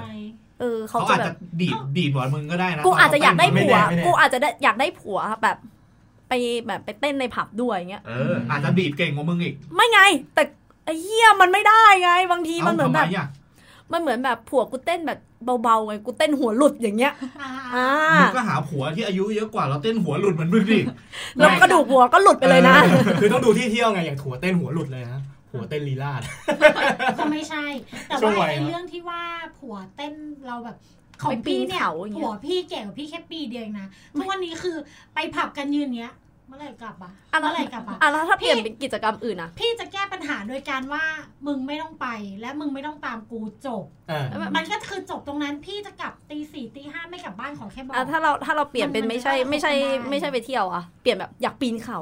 S1: เออเขา
S4: เขา
S1: จะ
S4: อาจ
S1: แบ
S4: จะ
S1: บ
S4: ดีดดีดหวานมึงก็ได้นะ
S1: กูอาจจะอยากได้
S4: ม่
S1: ผัว
S4: แ
S2: ไม่แน่
S1: กูอาจจะได้อยากได้ผัวแบบ ไปแบบไปเต้นในผับด้วยอย่างเงี้ย
S4: เออ อาจจะดีดเก่งกว่ามึงอีก
S1: ไม่ไง แต่ไอ้เหี้ยมันไม่ได้ไง บางทีมันเหมือนแบบ
S4: าทำไอ่ะ
S1: มันเหมือนแบบผัวกูเต้นแบบเบาๆไงกูเต้นหัวหลุดอย่างเงี้ย
S3: อ่า
S1: อ่า
S4: มึงก็หาผัวที่อายุเยอะกว่าแล้วเต้นหัวหลุดเหมือนมึงดิ
S1: แล้วกระดูกหัวก็หลุดไปเลยนะ
S2: ออคือต้องดูที่เที่ยวไง อย่างถั่วเต้นหัวหลุดเลยนะหัวเต้นลีลาด
S3: ก็ไม่ใช่ แต่
S2: ช่วงวั
S3: ว่าย ไอ้
S2: นะ
S3: เรื่องที่ว่าผัวเต้นเราแบบของ
S1: ไปปี
S3: พี่
S1: น
S3: เนี่ย
S1: เขาอย่างเงี้ย
S3: ผัวพี่แก่กว่าพี่แค่ปีเดียวเองนะทุกวันนี้คือไปผับกันยืนเนี้ยเมื่อไหร่กลับอ่ะเมื่อไหร่กลับอ่ะ
S1: อ่ะแล้วถ้าเปลี่ยนเป็นกิจกรรมอื่นอ่ะ
S3: พี่จะแก้ปัญหาโดยการว่ามึงไม่ต้องไปและมึงไม่ต้องตามกูจบ
S2: เออ
S3: มันก็คือจบตรงนั้นพี่จะกลับตีสี่ตีห้าไม่กลับบ้านขอแค่บอก
S1: อ่ะถ้าเราถ้าเราเปลี่ยนเป็น
S3: มัน
S1: ไม่ใช่
S3: มัน
S1: ไม่
S3: จะ
S1: ใช่
S3: เข้าไปได้
S1: ไม่ใช่ไปเที่ยวอ่ะเปลี่ยนแบบอยากปีนเขา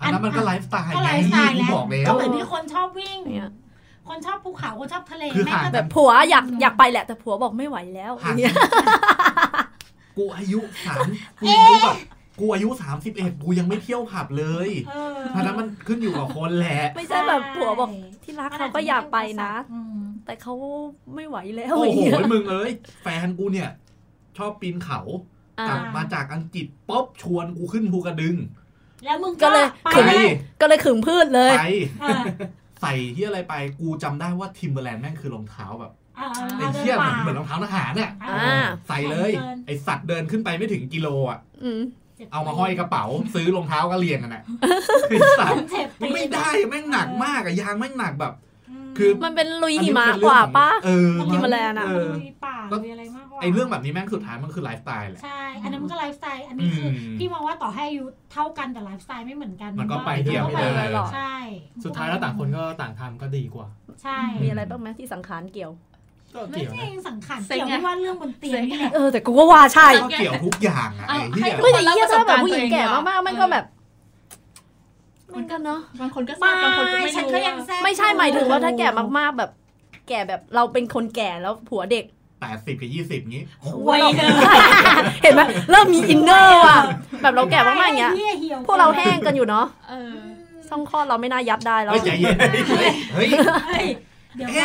S4: อันนั้นมันก็ไลฟ์สไตล์
S3: ก็ไลฟ์สไตล์
S4: กู
S3: แล้ว
S4: บอกแล้
S3: ก็
S4: ว
S3: เหมือนที่คนชอบวิ่ง
S1: เนี่ย
S3: คนชอบภูเขาคนชอบทะเล
S4: คือ
S3: แม่ง
S4: ห่าง
S3: ก็
S1: แบ
S3: แบบ
S1: บผัวอยากอยากไปแหละแต่ผัวบอกไม่ไหวแล้วอ
S4: ห่าง
S1: ย่างเงี้ย
S4: กูอายุสามกูอายุแบบกูอายุสามสิบเอ็ดกูยังไม่เที่ยวผับเลย
S3: เออ
S4: เพราะนั้นมันขึ้นอยู่กับคนแหละ
S1: ไม่ใช่แบบผัวบอกที่รักเขาก็อยากไปนะ
S3: อืม
S1: แต่เขาไม่ไหวแล้ว
S4: โอ้
S1: อย่าง
S4: โห
S1: เงี้ย
S4: มึงเอ้ยแฟนกูเนี่ย ชอบปีนเขา
S1: อ่ะ
S4: กลับมาจากอังกฤษป๊อบชวนกูขึ้นภูกระดึง
S3: แล้วมึง
S1: ก็
S3: ก็
S1: เลยขึ
S3: ไป
S1: ง
S4: ไป
S1: ก็เลยขึงพืชเลย
S4: ไป
S3: เออ
S4: ใส่ที่อะไรไปกูจำได้ว่าทิมเบอร์แลนด์แม่งคือรองเท้าแบบ
S3: เออ
S4: ไอ้เชี่ยเหมือนเหมือนรองเท้าทหารเนี่ย
S3: เอ
S1: อ่า
S3: อ
S4: ใส่เลย
S3: เดิน
S4: ไอสัตว์เดินขึ้นไปไม่ถึงกิโลอ่ะ
S1: อืม
S4: เอามาห้อยกระเป๋า ซื้อรองเท้าก็เรียงกันอ่ะไอสัตว์
S3: เจ็บป
S4: มันไม่ได้แม่งหนักมากอะยางแม่งหนักแบบ
S3: ม
S4: คือ
S1: มันเป็นลุย
S4: อัน
S1: หิ
S4: นี้
S1: มะ
S4: น
S1: ก
S4: เรื่อง
S1: ว่า
S4: ของ
S1: ปะ
S4: เออ
S1: ทิมเบอร์แลนด์อะ
S4: เออ
S3: ลุยป่า
S4: แล้ว
S3: ลุยอะไรมากกว่า
S4: ไอเรื่องแบบนี้แม่งสุดท้ายมันคือไลฟ์สไตล์แหละ
S3: ใช่ อันนั้นมันก็ไลฟ์สไตล์ อันนี้คืออ
S4: ม
S3: พี่มองว่าต่อให้อายุเท่ากันแต่ไลฟ์สไตล์ไม่เหมือนกัน
S4: มันก็
S3: ว่า
S4: ไปเที่ยวไม่ได้
S1: หรอก
S3: ใช่
S2: สุดท้ายแล้วต่างคนก็ต่างทำก็ดีกว่า
S3: ใช่
S1: มีอะไรบ้างไหมที่สังขารเกี่ยว
S2: ก็
S3: ไม่
S2: เกี่ยว
S3: ใช่
S2: นะ
S3: เองสังขาร
S5: เซ็ง
S3: เกี่ยว
S5: ไง
S3: ไม่ว่าเรื่องบนเตียงนี่แหละ
S1: เออแต่กูก็ว่าใช่
S4: ก็เกี่ยวทุกอย่างอ่ะไอเหี้ย
S5: เอาให้
S1: ไม่แต่เหี้ยถ้าแบบผู้หญิงแก่มากๆมันก็แบบ เหมือนกันเนาะ
S5: บางคนก็ทราบบางคนก็ไม่
S3: ฉัน
S5: รู้
S3: ก็ยังแซ่บ
S1: ไม่ใช่หมายถึงว่าถ้าแก่มากๆแบบ แก่แบบเราเป็นคนแก่แล้วผัวเด็ก
S4: แปดสิบกับยี่สิบงี้
S3: วัยเดิม
S1: เห็นไหมเริ่มมีอินเนอร์ว่ะแบบเราแก่มากๆอย่างเงี้ยพวกเราแห้งกันอยู่เนาะ
S5: เออ
S1: ช่องคลอดเราไม่น่ายัดได้แล้ว
S4: เฮ้ยใจเย็น เฮ้ย
S3: เฮ้ยเดี๋ยว
S4: เฮ้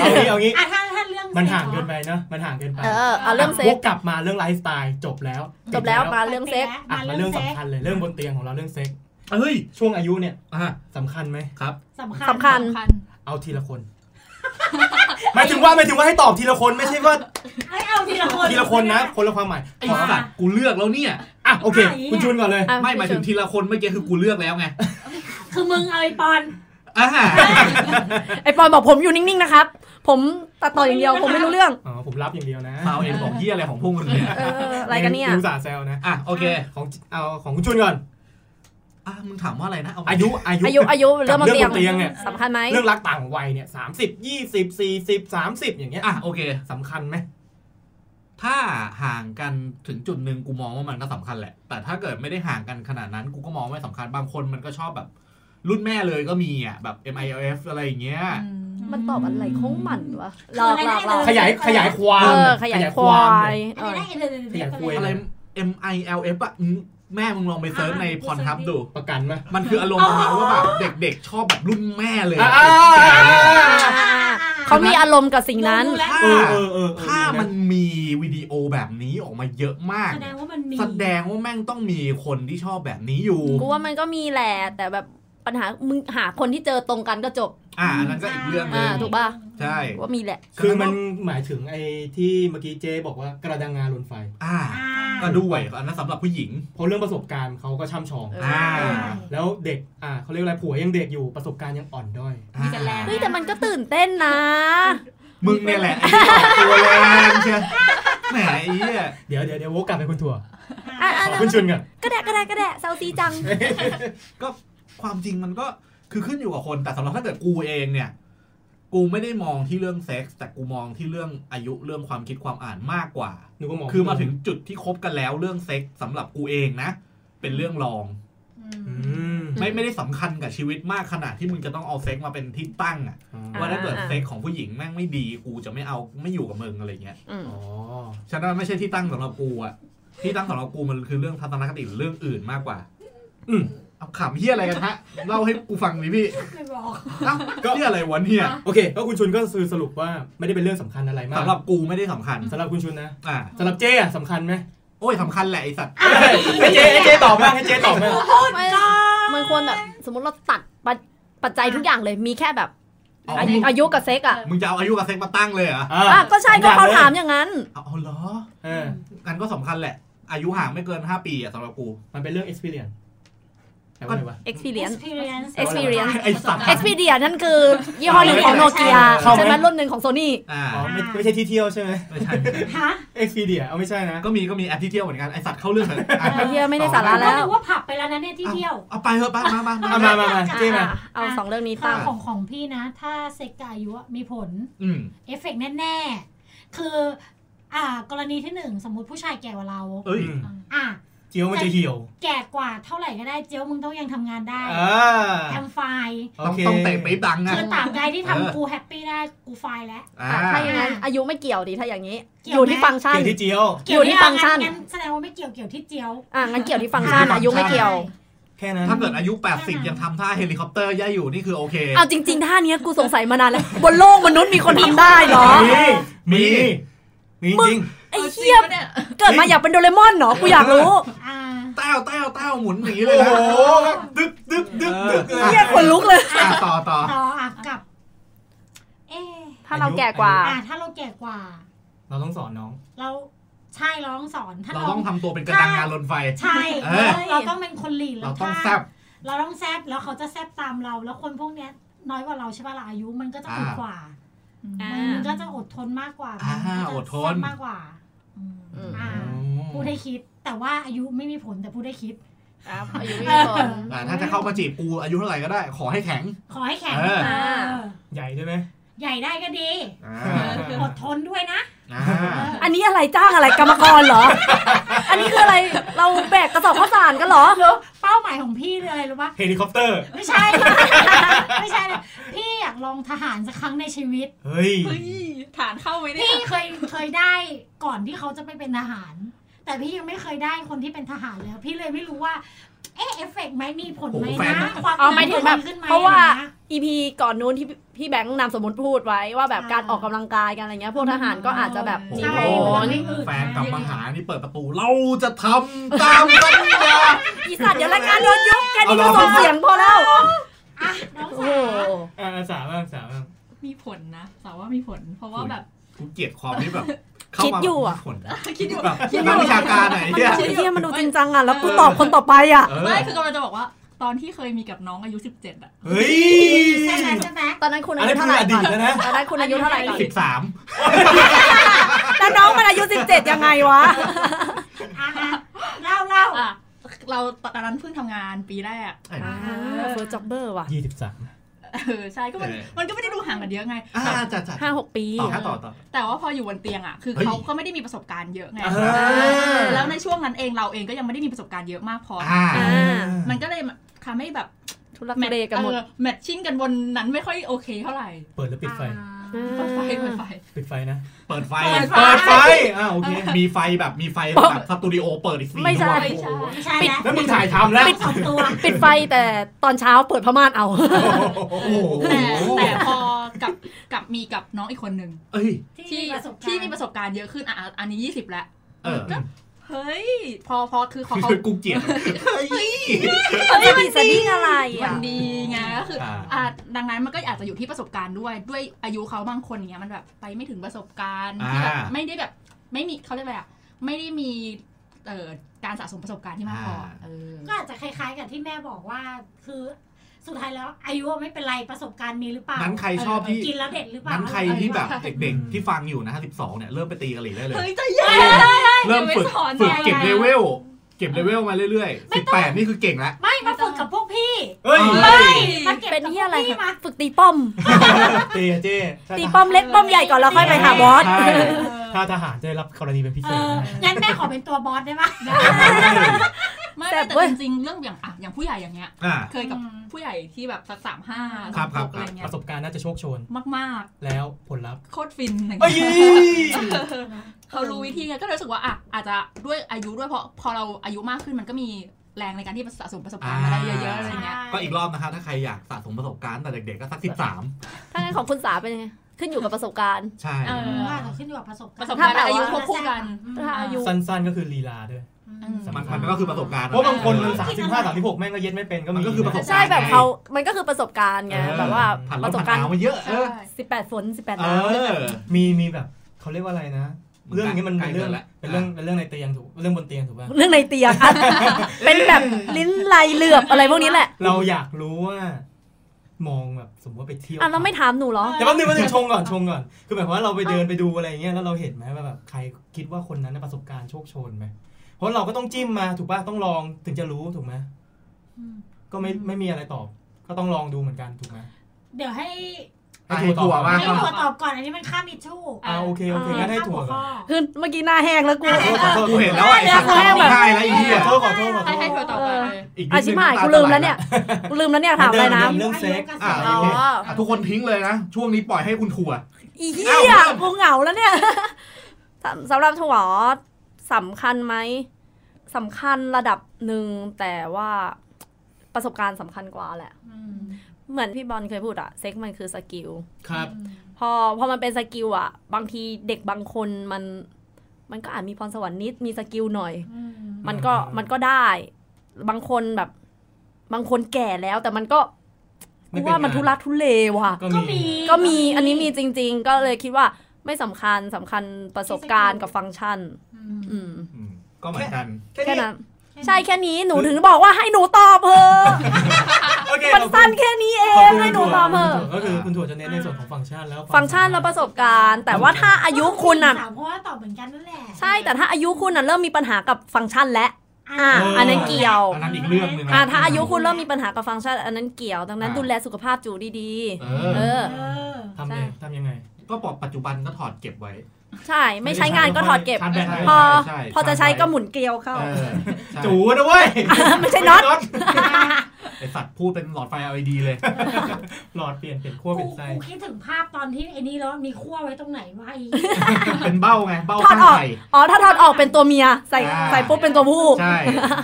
S3: ก่อย น
S2: เอางี้เอางี้
S3: อ่ะถ้าถ้าเรื่อง
S2: มัน
S3: เซ็
S2: ห่าง
S3: ซ์
S2: เกินไปนะ มันห่างเกินไป
S1: เออเอาเรื่องเซ็
S2: ว
S1: ก
S2: กกลับมาเรื่องไลฟ์สไตล์จบแล้ว
S1: จบแล้วมาเรื่องเซ็ก
S2: อ่ะ
S3: มา
S2: มา
S3: เรื่
S2: เรื่อง
S3: อ
S2: ง
S3: เซ็ก
S2: สำคัญเลยเรื่องบนเตียงของเราเรื่องเซ็ก
S4: เฮ้ย
S2: ช่วงอายุเนี่ย
S4: อ่ะ
S2: สำคัญไหม
S4: ครับ
S3: สำคัญ
S1: สำคัญ
S2: เอาทีละคนหมายถึงว่าหมายถึงว่าให้ตอบทีละคนไม่ใช่ว่า
S3: เอ้ยเอาทีละคน
S2: ทีละคนนะ คนละความหมาย
S4: ไอ้
S2: ขอ
S4: สัตว์กูเลือกแล้วเนี่ย
S2: อ่ะโอเค
S3: ไอ้เนี่ย
S2: คุณจุนก่อนเลย
S1: อ่ะ
S4: ไม่หมายถึงทีละคนเมื่อกี้คือกูเลือกแล้วไง
S3: คือมึงเอาไอ้ปอน
S4: อ่า
S1: ไอปอยบอกผมอยู่นิ่งๆนะครับ ผมตัดต่อ อย่างเดียวผมไม่รู้เรื่อง
S2: อ๋อผมรับอย่างเดียวนะ
S4: สาวเอ็นบอกเยี่ยอะไรของพวกมึงเนี่ย
S1: เอออะไรกันเนี่ย
S2: ดูสาห์แซวนะ
S4: อ่ะโอเค
S2: ของเอาของคุณจุนก่อน
S4: อ่ะมึงถามว่าอะไรนะเใหม่
S2: อายุอายุ
S1: อายุอายุเรื่องมา
S2: กับ
S1: เตี
S2: เรื่
S1: ย
S2: อง งบนเตียงเนี่ย
S1: สำคัญไหม
S2: เรื่องรักต่างวัยเนี่ยสามสิบยี่สิบสี่สิบสามสิบอย่างเงี้ย
S4: อ่ะโอเค
S2: สำคัญไหม
S4: ถ้าห่างกันถึงจุดหนึ่งกูมองว่ามันก็สำคัญแหละ แต่ถ้าเกิดไม่ได้ห่างกันขนาดนั้นกูก็มองไม่สำคัญบางคนมันก็ชอบแบบ รุ่นแม่เลยก็มีอ่ะแบบ MILF อะไรอย่างเงี้ย
S1: มันตอบอะไรของมันวะหล
S3: คือ อก อะไร
S1: หลอก
S3: ได้เล
S1: เรา
S2: ขยายขยายความ
S1: เออขยายควา
S2: ข
S1: ย
S2: เนี่
S1: เออ
S3: อะไรได้เลย
S2: ขยายคุย
S4: อะไร MILF อ่ะอืมแม่มึงลองไปเซิร์ชในพรทับดู
S2: ประกันไหม
S4: มันคืออารมณ์ประมาณว่าแบบเด็กๆ ชอบแบบรุ่นแม่เลยอะ
S2: อ่า
S1: อ่า เขามีอารมณ์กับสิ่งนั้น
S3: รู้แล้ว
S4: ถ้า
S2: เออเออเออ
S4: ถ้ามันมีวิดีโอแบบนี้ออกมาเยอะมาก
S3: แสดงว่ามันมี
S4: แสดงว่าแม่งต้องมีคนที่ชอบแบบนี้อยู่
S1: กูว่ามันก็มีแหละ แต่แบบปัญหามึงหาคนที่เจอตรงกันก็จบ
S4: อ่าอันนั้นก็อีกเรื่องหนึ
S1: อ่าง ถูกป่ะ
S4: ใช่
S1: กูว่ามีแหละ
S2: คือมันหมายถึงไอ้ที่เมื่อกี้เจบอกว่ากระดังงาลนไฟ
S4: อ่า
S3: อ่า
S4: ก็ด้วยอันนั้นสำหรับผู้หญิง
S2: เพราะเรื่องประสบการณ์เขาก็ช่ำชอง
S1: เออ
S4: อ่า
S2: แล้วเด็ก อ่าเขาเรียกอะไรผัวยังเด็กอยู่ประสบการณ์ยังอ่อนด้อย
S3: มีแต่แรง
S1: เฮ้ยแต่มันก็ตื่นเต้นนะ
S4: มึงเนี่ยแหละไอ้ที่ออกตัวแรงเชียว แหมไอ้เหี้ย
S2: เดี๋ยวเดี๋ยวเดี๋ยวโวกกลับไปคุณถั่ว
S1: อ่ะอ่ะ
S2: ขอคุณชุนก่อน
S1: ก็ได้ก็ได้ก็ได้เซาซีจัง
S4: ก็ความจริงมันก็คือขึ้นอยู่กับคน แต่สำหรับถ้าเกิดกูเองเนี่ย กูไม่ได้มองที่เรื่องเซ็กส์แต่กูมองที่เรื่องอายุเรื่องความคิดความอ่านมากกว่า
S2: หนูก็มอง
S4: คือมาถึงจุดที่คบกันแล้วเรื่องเซ็กส์สำหรับกูเองนะ เป็นเรื่องรอง
S2: อืม
S4: ไม่ไม่ได้สำคัญกับชีวิตมากขนาดที่มึงจะต้องเอาเซ็กส์มาเป็นที่ตั้งอะ
S1: อ่า
S4: ว่าถ้าเกิดเซ็กส์ของผู้หญิงแม่งไม่ดีกูจะไม่เอาไม่อยู่กับมึงอะไรเงี้ย
S1: อืม
S2: อ๋อ
S4: ฉะนั้นมันไม่ใช่ที่ตั้งสำหรับกูอะที่ตั้งสำหรับกูมันคือเรื่องทัศนคติหรือเรื่องอื่นมากกว่า
S2: อืม
S4: เอาขำเฮียอะไรกันฮะ เล่าให้กูฟังหน่อย พี่
S3: ไม่บอก
S4: เอ้าเฮียอะไรวะเนี่ย
S2: โอเคก็คุณชุนก็คือสรุปว่าไม่ได้เป็นเรื่องสำคัญอะไรมาก
S4: สำหรับกูไม่ได้สำคัญ
S2: สำหรับคุณชุนนะ
S4: อ่า
S2: สำหรับเจอ่ะสำคัญไหม
S4: โอ้ยสำคัญแหละไอสัตว์
S2: ให้เจให้เจตอบบ้างให้เจตอบบ้าง
S1: ไม่มันควรแบบ สมมติเราตัดปัจปัจจัยทุกอย่างเลยมีแค่แบบ
S4: เอา
S1: อายุอายุกับเซ็กอ่ะ
S4: มึงจะเอาอายุกับเซ็กมาตั้งเลยเหรอ
S2: อ่ะ
S1: อ่ะก็ใช่ก็เขาถามอย่างนั้น
S4: เอาเอาเหรอ
S2: เออ
S4: งั้นก็สำคัญแหละ อายุห่างไม่เกิน 5 ปีอะสำหรับกู
S2: มันเป็นเรื่อง experience แปลว่าอะไรวะ
S1: experience
S3: experience
S1: experience
S4: ไอสัตว์
S1: experience นั่นคือ ยี่ห้อหนึ่งของโนเกีย
S2: เข้าไหม
S1: ใช่ไหมรุ่นหนึ่งของโซนี่
S4: อ่า
S2: อ๋อไม่ไม่ใช่ที่เที่ยวใช่ไหม
S4: ไม่ใช่
S3: ฮะ
S2: Expedia เอาไม่ใช่นะ
S4: ก็มีก็มีแอปที่เที่ยวเหมือนกันไอสัตว์เข้าเรื่องเลยอ่ะ
S1: ไอ้เหี้ยไม่ได้สาระแล้ว
S3: นึกว่าผับไปแล้วนะเนี่ยที่เที่ยว
S4: เอาไปเถอะไปมามา
S2: เอามา
S4: มา
S2: มามาเจมา
S1: อ่ะเอาสองเรื่องนี้
S3: ถ้า
S1: ตั้ง
S3: ของของพี่นะ ถ้าเซ็กกับอายุอะมีผล
S4: อืม
S3: เอฟเฟกต์แน่ ๆ คือ อ่า กรณีที่หนึ่งสมมติผู้ชายแก่กว่าเรา
S4: เอ้ย
S2: อืม
S3: อ่ะ
S2: เจียวมันจะเหี่ยว
S3: แก่กว่าเท่าไหร่ก็ได้เจ๊ยวมึงต้องยังทำงานได้
S2: อ่า
S3: ทำไฟล์
S4: ต้อง
S2: โค
S4: ต้องเตะปี๊บดังอะ
S3: คือตราบใดที่ทำ
S4: เออ
S3: กูแฮปปี้ได้กูไฟล์แล้ว
S4: อ่า
S1: ถ้าอย่างนั้นอายุไม่เกี่ยวดิถ้าอย่างนี้
S3: เกี่
S1: อ
S3: ยวไหม
S1: ยู่ที่ฟังก์ชัน
S2: เกี่ยวที่เจียว
S1: อยู่ที่ฟังก์ชัน
S3: งั้นแสดงว่าไม่เกี่ยวเกี่ยวที่เจียว
S1: อ่ะงั้นเกี่ยวที่ฟังก์ชัน
S4: อยู่ที่ฟังก์ชัน
S1: อายุไม่เกี่ยว
S2: แค่นั้น
S4: ถ้าเกิดอายุ 80 ยังทำท่าเฮลิคอปเตอร์ย่าอยู่นี่คือโอเค
S1: เอาจริง ๆ ท่าเนี้ยกูสงสัยมานานแล้ว บนโลกมนุษย์มีคนทำได้เหรอ
S2: มี มี มีจริง
S1: ไอ้เหี้ยเกิดมาอยากเป็นโดเรมอนเหรอ กูอยากรู้
S3: อ่า
S4: เต้าเต้าเต้าหมุนอย่างนี้เล
S2: โอ้
S4: ยนะ
S2: โหดึกดึกดึกดึก
S4: เออ
S1: เหี้ยคนลุกเลย
S4: อ่ะต่อต่อ
S3: ต่ออ่ะกับ เอะ
S1: ถ้าเราแก่กว่า
S3: อ่ะถ้าเราแก่กว่า
S2: เราต้องสอนน้อง
S3: เราใช่เราต้องสอนถ้า
S4: เรา
S3: เรา
S4: ต้องทำตัวเป็นกระดังงานรถไฟ
S3: ใช่
S4: เอ
S3: เรา
S4: อ
S3: เราต้องเป็นคนหลีด
S4: เรา
S3: แล้ว
S4: ต้อง
S3: ถ้า
S4: แซ่บ
S3: เราต้องแซบแล้วเขาจะแซบตามเรา แล้วคนพวกเนี้ย น้อยกว่าเราใช่ป่ะล่ะอายุมันก็จะอด
S4: อ่าก
S3: ว่า
S1: อ่า
S3: มันก็จะอดทนมากกว่า
S4: อ่า
S3: มันก็จะ
S4: อดทน
S3: แซ่บมากกว่าอืม
S1: อืม
S3: อ่าพูดให้คิด แต่ว่าอายุไม่มีผลแต่พูดให้คิด
S1: ครับอายุไม่ก่อน
S4: อ่ะถ้าจะเข้ามาจีบกูอายุเท่าไหร่ก็ได้ ขอให้แข็ง
S3: ขอให้แข็ง
S4: เออ
S3: เออ
S2: ใหญ่ใช่ไหม
S3: ใหญ่ได้ก็ดี
S4: อ่า
S3: อดทนด้วยนะ
S4: อ่า
S1: อันนี้อะไรจ้างอะไรกรรมกรเหรอ อันนี้คืออะไรเราแบกกระสอบข้าวสารกันเหรอ
S3: แล้วเป้าหมายของพี่เลยอะไรรู้ปะ
S2: เฮลิคอปเตอร์
S3: ไม่ใช่ ไม่ใช่เลยพี่อยากลองทหารสักครั้งในชีวิต
S2: เฮ้ย
S5: เฮ้ยฐานเข้าไว้เนี่
S3: พี่
S5: ย
S3: เคยเคยได้ก่อนที่เขาจะไปเป็นทหาร แต่พี่ยังไม่เคยได้คนที่เป็นทหารเลยพี่เลยไม่รู้ว่า เอ๊ะเอฟเฟกต์ไหมมีผลไหม
S4: โอ้โหแฟน
S3: นะ
S4: นะ
S3: ความ
S1: อ๋อหมายถึงแบบ
S3: มันขึ้นไหม
S1: เพราะว่า
S3: อไอย่งงี้ย
S1: อีพีก่อนนู้นที่พี่แบงค์นำสมมติพูดไว้ว่าแบบ
S3: อ่า
S1: การออกกำลังกายกันอะไรเงี้ยพวกทหารก็อาจจะแบบ
S4: โอ้
S1: มี
S4: โห
S1: ผ
S3: ใช่มัน
S1: ล
S3: ไม่อึดนะ
S4: แฟนกลับมาหานี่เปิดประตู เราจะทำตามสัญญา
S1: อีสัตว์เดี๋ยวรายการโดนยุบแค่นี้ก็
S2: เอาเหรอ
S1: ส่งเสียงพอแล้ว
S3: อ่ะน้อง
S1: โอ้
S3: สา
S1: โห
S3: ว
S2: อ่าสามบ้างสามบ้าง
S5: มีผลนะแต่ว่ามีผล เพราะว่าแบบ
S4: กูเกลียดความที่แบบ เข้ามาแบบผลนะ
S5: คิดอยู่
S4: แบบ
S5: คิดอ
S4: นั
S5: ยู่
S4: กวิชาการไหน
S5: มัน
S4: เนี่ย
S5: คิ
S1: ไอ้
S5: ดอ
S1: เหี้ยมันดูจริงจังอ่ะแล้วกูตอบคนต่อไปอ่ะ
S4: เออ
S5: ไม่คือกำลังจะบอกว่า ตอนที่เคยมีกับน้องอายุ 17 อ่ะ
S2: เฮ้ย
S3: ใช่ไหมใช่ไหม
S1: ตอนนั้นคุณ
S2: อั
S1: อาน ยุ
S2: นี้
S1: เท่าไห
S2: คือ
S1: ร่
S2: อดี
S1: ก่
S2: ต
S1: อน
S2: แล้วนะ
S1: ตอนนั้นคุณอายุเท่าไหร่ก่อน
S4: สิบสาม
S1: แล้วน้องมันอายุ 17 ยังไงวะ
S3: อ่ะอ่ะเล่าเล่า
S5: อ่ะ เราตอนนั้นเพิ่งทำงานปีแรก
S1: อ่าเฟิร์สจ็อบเบอร์ว่ะ
S2: ยี่สิบสาม
S5: เออ ใช่ ก็มันมันก็ไม่ได้ดูห่างกันเยอะไง
S4: อ่าจัดจัด
S1: ห้าหกปี
S4: ต่อฮะต่อต่อ
S5: แต่ว่าพออยู่บนเตียงอ่ะ คือ
S4: เฮ้ย
S5: เขาก็ไม่ได้มีประสบการณ์เยอะไง
S4: เออ
S5: แล้วในช่วงนั้นเองเราเองก็ยังไม่ได้มีประสบการณ์เยอะมากพอ
S4: อ่า
S1: อ่า
S5: มันก็เลยทำให้แบบ
S1: ทุลักทุเลกันหมด
S5: แมทชิ่งกันบนนั้นไม่ค่อยโอเคเท่าไหร่
S2: เปิดแล้วปิดไฟ
S3: อ่า
S5: เปิดไฟเปิดไฟ
S2: ปิดไฟนะ
S4: เปิดไฟ
S5: เปิดไฟ
S4: เปิดไฟอ่าโอเค มีไฟแบบมีไฟแบบสตูดิโอเปิดอีกสี่
S1: ไม่ใช่
S4: ตัว
S5: ไม่ใช่
S3: ไม่ใช่แล้ว
S2: แล้วมึงถ่ายทำแล้ว
S3: สองตัว
S1: ปิดไฟแต่ตอนเช้าเปิดผ้าม่านเอา
S4: โอ้โห
S5: แต่แต่พอกับกับมีกับน้องอีกคนนึง
S4: เอ้ย
S3: ที่
S5: ที่
S3: มีประสบการณ์
S5: ที่มีประสบการณ์เยอะขึ้นอ่ะอ่ะอันนี้ 20 แล้ว
S4: เออ
S5: ก็ เฮ้ย พอพอคือเขา เขา
S4: คือกูเกลียดเฮ้ย
S1: มันจะมีสดิ้งอะไร
S5: มั
S1: อ่ะ
S5: นดีไงก็คือ
S4: อ่า
S5: อ่ะดังนั้นมันก็อาจจะอยู่ที่ประสบการณ์ด้วยด้วยอายุเขาบางคนอย่างเงี้ยมันแบบไปไม่ถึงประสบการณ์ที่แบบ
S4: อ่า
S5: ไม่ได้แบบไม่มีเขาเรียกอะไรอ่ะไม่ได้มีเอ่อการสะสมประสบการณ์ที่มากพออ่ะเออ
S3: ก็อาจจะคล้ายๆกับที่แม่บอกว่า คือสุดท้ายแล้วอายุไม่เป็นไรประสบการณ์มีหรือเปล่า
S4: นั้นใครชอบที่
S3: กินแล้วเด็ดหรือเปล่า
S4: นั้นใครที่แบบ
S3: อะไรหรือเปล่า
S4: เด็กๆ ที่ฟังอยู่นะฮะ12 เนี่ย เริ่มไปตีกะหรี่ได้เลย
S5: เฮ้ยใจเย็น
S4: เริ่มฝึก
S5: เดี๋ยวไปสอน
S4: ฝึก
S5: ได้
S4: เก็บเลเวล เก็บเลเวลมาเรื่อยๆ 18 นี่คือเก่งละ
S3: ไม่มาฝึกกับพวกพี่
S2: เฮ้ย
S3: ไม่มาเก็บ
S1: เป็น
S3: กับพ
S1: ที่
S3: ว
S1: อะไร
S3: กพี่มา
S1: ฝึกตีป้อม
S2: เตะเจ้ถ้า
S1: ตีป้อมเล็กป้อมใหญ่ก่อนแล้วค่อยไปหาบอส
S2: ใช่
S5: เออ
S2: ถ้าทหารจะได้รับกรณีเป็นพิเศ
S3: เอ
S2: ษ
S3: อ
S2: นะ
S3: งั้นแม่ขอเป็นตัวบอสได้ปะ
S5: ไม่
S1: แซ่
S5: แต่
S1: บเว้ย
S5: จริงๆเรื่องอย่างอ่ะอย่างผู้ใหญ่อย่างเงี้ย
S4: อ่า
S5: เคยกับผู้ใหญ่ที่แบบสักสามห้า
S4: ครับครับ
S5: อะไรเงี้
S2: ป
S5: ย
S2: ระสบการณ์น่าจะโชคโชน
S5: มาก
S2: แล้วผลลัพธ์
S5: ๆโคตรฟินอย่าง
S2: เอ้ย
S5: เงี้ย เขารู้วิธีไงก็เลยรู้สึกว่าอ่ะอาจจะด้วยอายุด้วยเพราะพอเราอายุมากขึ้นมันก็มีแรงในการที่สะสมประสบการณ์อะไรเยอะๆอะไรเงี้ย
S4: ก็อีกรอบนะคะ ถ้าใครอยากสะสมประสบการณ์แต่เด็กๆ ก็สัก
S1: ถ้างั้นของคุณสาเป็นยังไง ขึ้นอยู่กับประสบการณ์
S4: 13 ใช่
S5: เออ
S3: ว่าเราขึ้นอยู่กับประสบการณ์
S5: ประสบการณ์อายุควบคู่กัน
S1: ถ้าอายุ
S2: สั้นๆก็คือลีลาด้วย
S3: อืม
S4: มันมันก็คือประสบการณ์
S2: เพราะบางคนมัน
S4: เออ
S2: สามสิบห้าสามสิบหกแม่งก็เย็ดไม่เป็นก็
S4: มั
S2: มี
S4: นก็คือประสบ
S1: ใช่แบบเขา มันก็คือประสบการณ์ไง
S4: เออ
S1: แบบว่า
S4: ผ่าน
S1: ป
S4: ประ ระ
S1: ส
S4: ส
S1: บบ กา
S4: การ ร
S1: ณ์
S4: ณ์มาเยอะ เออ
S1: 18ฝน18
S4: เอ
S1: น้ำ
S4: อ
S2: มีมีแบบเขาเรียกว่าอะไรนะ เรื่องนี้มัน
S4: ใกล้
S2: เป็นเรื่อง
S4: เกินละ
S2: เป็นเรื่องเป็นเรื่องในเตียงถูกเรื่องบนเตียงถูกป่ะ
S1: เรื่องในเตียง อะ เป็นแบบลิ้นลายเหลือบอะไรพวกนี้แหละ
S2: เราอยากรู้ว่า มองแบบสมมติว่าไปเที่ยว
S1: อ่ะเราไม่ถามหนูเหรอ
S2: แต่ว่าหนึ่งว่า หนึ่งชงก่อนชงก่อน คือหมายความว่าเราไปเดินไปดูอะไรอย่างเงี้ยแล้วเราเห็นไหมว่าแบบใครคิดว่าคนนั้นน่ะประสบการณ์โชคโชนไหมเพราะเราก็ต้องจิ้มมาถูกป่ะต้องลองถึงจะรู้ถูกไหม
S3: อืม
S2: ก็ไม่ไม่มีอะไรตอบ ก็ต้องลองดูเหมือนกันถูกไหม
S3: เดี๋ยวให้
S4: ให้ถั่วบ้าง
S3: ให้
S4: ก็
S3: หัวตอบก่อนอันนี้มันข้ามอิชชู
S2: อ่าโอเคโอเคงั้นให้ถั่วก่อน
S1: คือเมื่อกี้หน้าแห้งแล้วกู
S4: กูเห็นแล้วไอ้สัตว์
S1: แม่งแบบ
S4: ง่ายแล้วไอ้เหี้ย
S2: ขอโทษขอโทษขอโท
S5: ให้
S2: ษ
S5: ให้เธอตอบไป
S4: อีกนิด
S1: อา
S4: นึง
S1: ชิมหายกูลืมแล้วเนี่ยกูลืมแล้วเนี่ยถามอะไรนะ
S2: เรื่องเซ็ก
S3: อ่า
S1: อ๋อ
S4: อ่ะทุกคนทิ้งเลยนะ ช่วงนี้ปล่อยให้คุณถั่ว
S1: อีเหี้ยกูเหงาแล้วเนี่ย สำสำหรับถั่วสำคัญไหมสำคัญระดับหนึ่งแต่ว่าประสบการณ์สำคัญกว่าแหละ เหมือนพี่บอลเคยพูดอะเซ็กมันคือสกิล
S2: ครับ
S1: พอพอมันเป็นสกิลอะบางทีเด็กบางคนมัน มันก็อาจมีพรสวรรค์นิดมีสกิลหน่อย มันก็
S2: อืม
S1: มันก็ได้ บางคนแบบ บางคนแก่แล้วแต่มันก็กู
S2: ไเป็
S1: ว่ามันทุรักทุเลว่ะ
S2: ก็
S3: ก็
S2: มี
S3: มี
S1: ก็มีอันนี้มีจริง ๆ ก็เลยคิดว่าไม่สำคัญสำคัญประสบการณ์กับฟังก์ชัน
S3: อืม
S1: อืม
S4: อืมก็เหมือนกัน
S1: แค่นั้น ใช่แค่นี้หนูถึงบอกว่าให้หนูตอบเพอ
S2: โอเค
S1: มันสั้นแค่นี้เอ
S2: ขอ
S1: ง
S2: บคุณ
S1: ให้หนู
S2: คุณ
S1: ต
S2: ถั่
S1: อ
S2: ว
S1: บเพอ
S2: คุณถั่วก็คือคุณถั่วจะเน้นในส่วนของฟังก์ชันแล้ว
S1: ฟังก์ชันและประสบการณ์ แต่ว่าถ้าอายุคุณน่ะ
S3: สามเพราะว่าตอบเหมือนกันนั่นแหละ
S1: ใช่แต่ถ้าอายุคุณน่ะเริ่มมีปัญหากับฟังก์ชันและ
S3: อ่า
S1: อ่าอันนั้นเกี่ยว
S4: อันนั้นอีกเรื่องหนึ่งนะ
S1: อ่าถ้าอายุคุณเริ่มมีปัญหากับฟังก์ชันอันนั้นเกี่ยว ดังนั้น
S4: อ่า
S1: ดูแลสุขภาพจูดีๆ
S4: เอ
S1: เออ
S4: อ
S3: เออ
S2: ทำไงทำยังไง
S4: ก็ปอกปัจจุบันก็ถอดเก็บไว้
S1: ใช่ ไม่ใช้งานก็ถอดเก็บ
S2: ชาร์จแบตไว้
S1: พอ
S4: ใช่ใช่
S1: พอจะใช้ก็หมุนเกลียวเข้า
S4: เออใช่
S2: จูนะเว้ย
S1: ไม่ใช่น็อต
S4: ไอสัตว์พูดเป็นหลอดไฟ LED เลย
S2: หลอดเปลี่ยนเปลี่ยนขั้ว
S3: กู
S2: เปลี่ยนไส้
S3: กูคิดถึงภาพตอนที่ไอ้นี่แล้วมีขั้วไว้ตรงไหนวะไอ้
S4: เป็นเบ้าไง เบ้า
S1: ถอด
S4: ข้าง
S1: ออก
S4: ไข่
S1: อ๋อ ถ้าถอดออกเป็นตัวเมีย ใส่
S4: อ่า
S1: ใส่ปุ๊บเป็นตัวผู้
S4: ใช่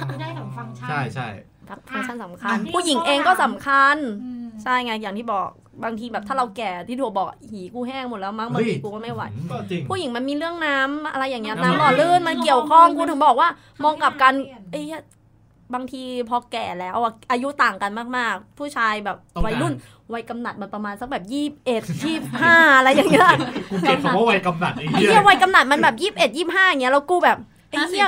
S3: ไม่ได้สองฟังก์ชัน
S4: ใช่ใช่
S1: ครับฟังก์ชันสำคัญ
S3: อ่ะ
S1: ผู้หญิงเองก็สำคัญ
S3: อืม
S1: ใช่ไง อย่างที่บอก บางทีแบบถ้าเราแก่ที่ถั่วบอกหีกูแห้งหมดแล้วมั้งบา
S4: เฮ้
S1: ง
S4: ย
S1: ทีกูก็ไม่ไหว
S2: ก็จริง
S1: ผู้หญิงมันมีเรื่องน้ำอะไรอย่างเงี้ย
S2: น้ำ
S1: น้ำหล่อลื่นมันเกี่ยวข้องกูถึงบอกว่ามองกลับกันไอ้เหี้ยบางทีพอแก่แล้วอะอายุต่างกันมากๆ ผู้ชายแบบ
S4: ต้องการ
S1: วัยรุ่นวัยกำหนัดมันประมาณสักแบบยี่เอ็ดยี่ห้าอะไรอย่างเงี้ย
S4: กูเก็บคำว่าวัยกำหนัดไอ้
S1: ไอ้
S4: เหี้ย
S1: เหี้ยวัยกำหนัดมันแบบยี่เอ็ดยี่ห้าอย่างเงี้ยแล้วกูแบบไอ้เหี้ย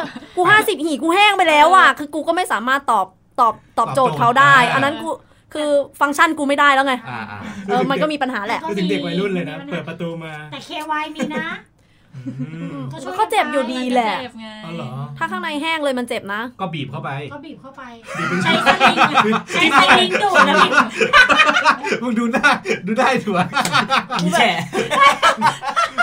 S5: ห้าสิบ
S1: กูห้าสิบหีกูแห้งไปแล้วอ่ะคือกูก็ไม่สามารถตอบตอบตอบโจทย์เขาได้ อันนั้นกูคือฟังก์ชันกูไม่ได้แล้วไง
S4: อ่าอ่า
S1: เออมันก็มีปัญหาแหละ
S2: ก็ถึงเด็กวัยรุ่นเลยนะ เปิดประตูมา
S3: แต่เควมีนะ
S2: อืม
S3: ก็ช่วย
S1: ก็เจ็บอยู่ดีแหละ
S5: เจ็บไง
S2: เอาเหรอ
S1: ถ้าข้างในแห้งเลยมันเจ็บนะ
S4: ก็บีบเข้าไป
S3: ก็บีบเข้าไป ใช้สลิงใช้สลิงดูดแล้วบีบ
S4: มึงดูหน้าดูได้ถูกไหม
S2: แฉะ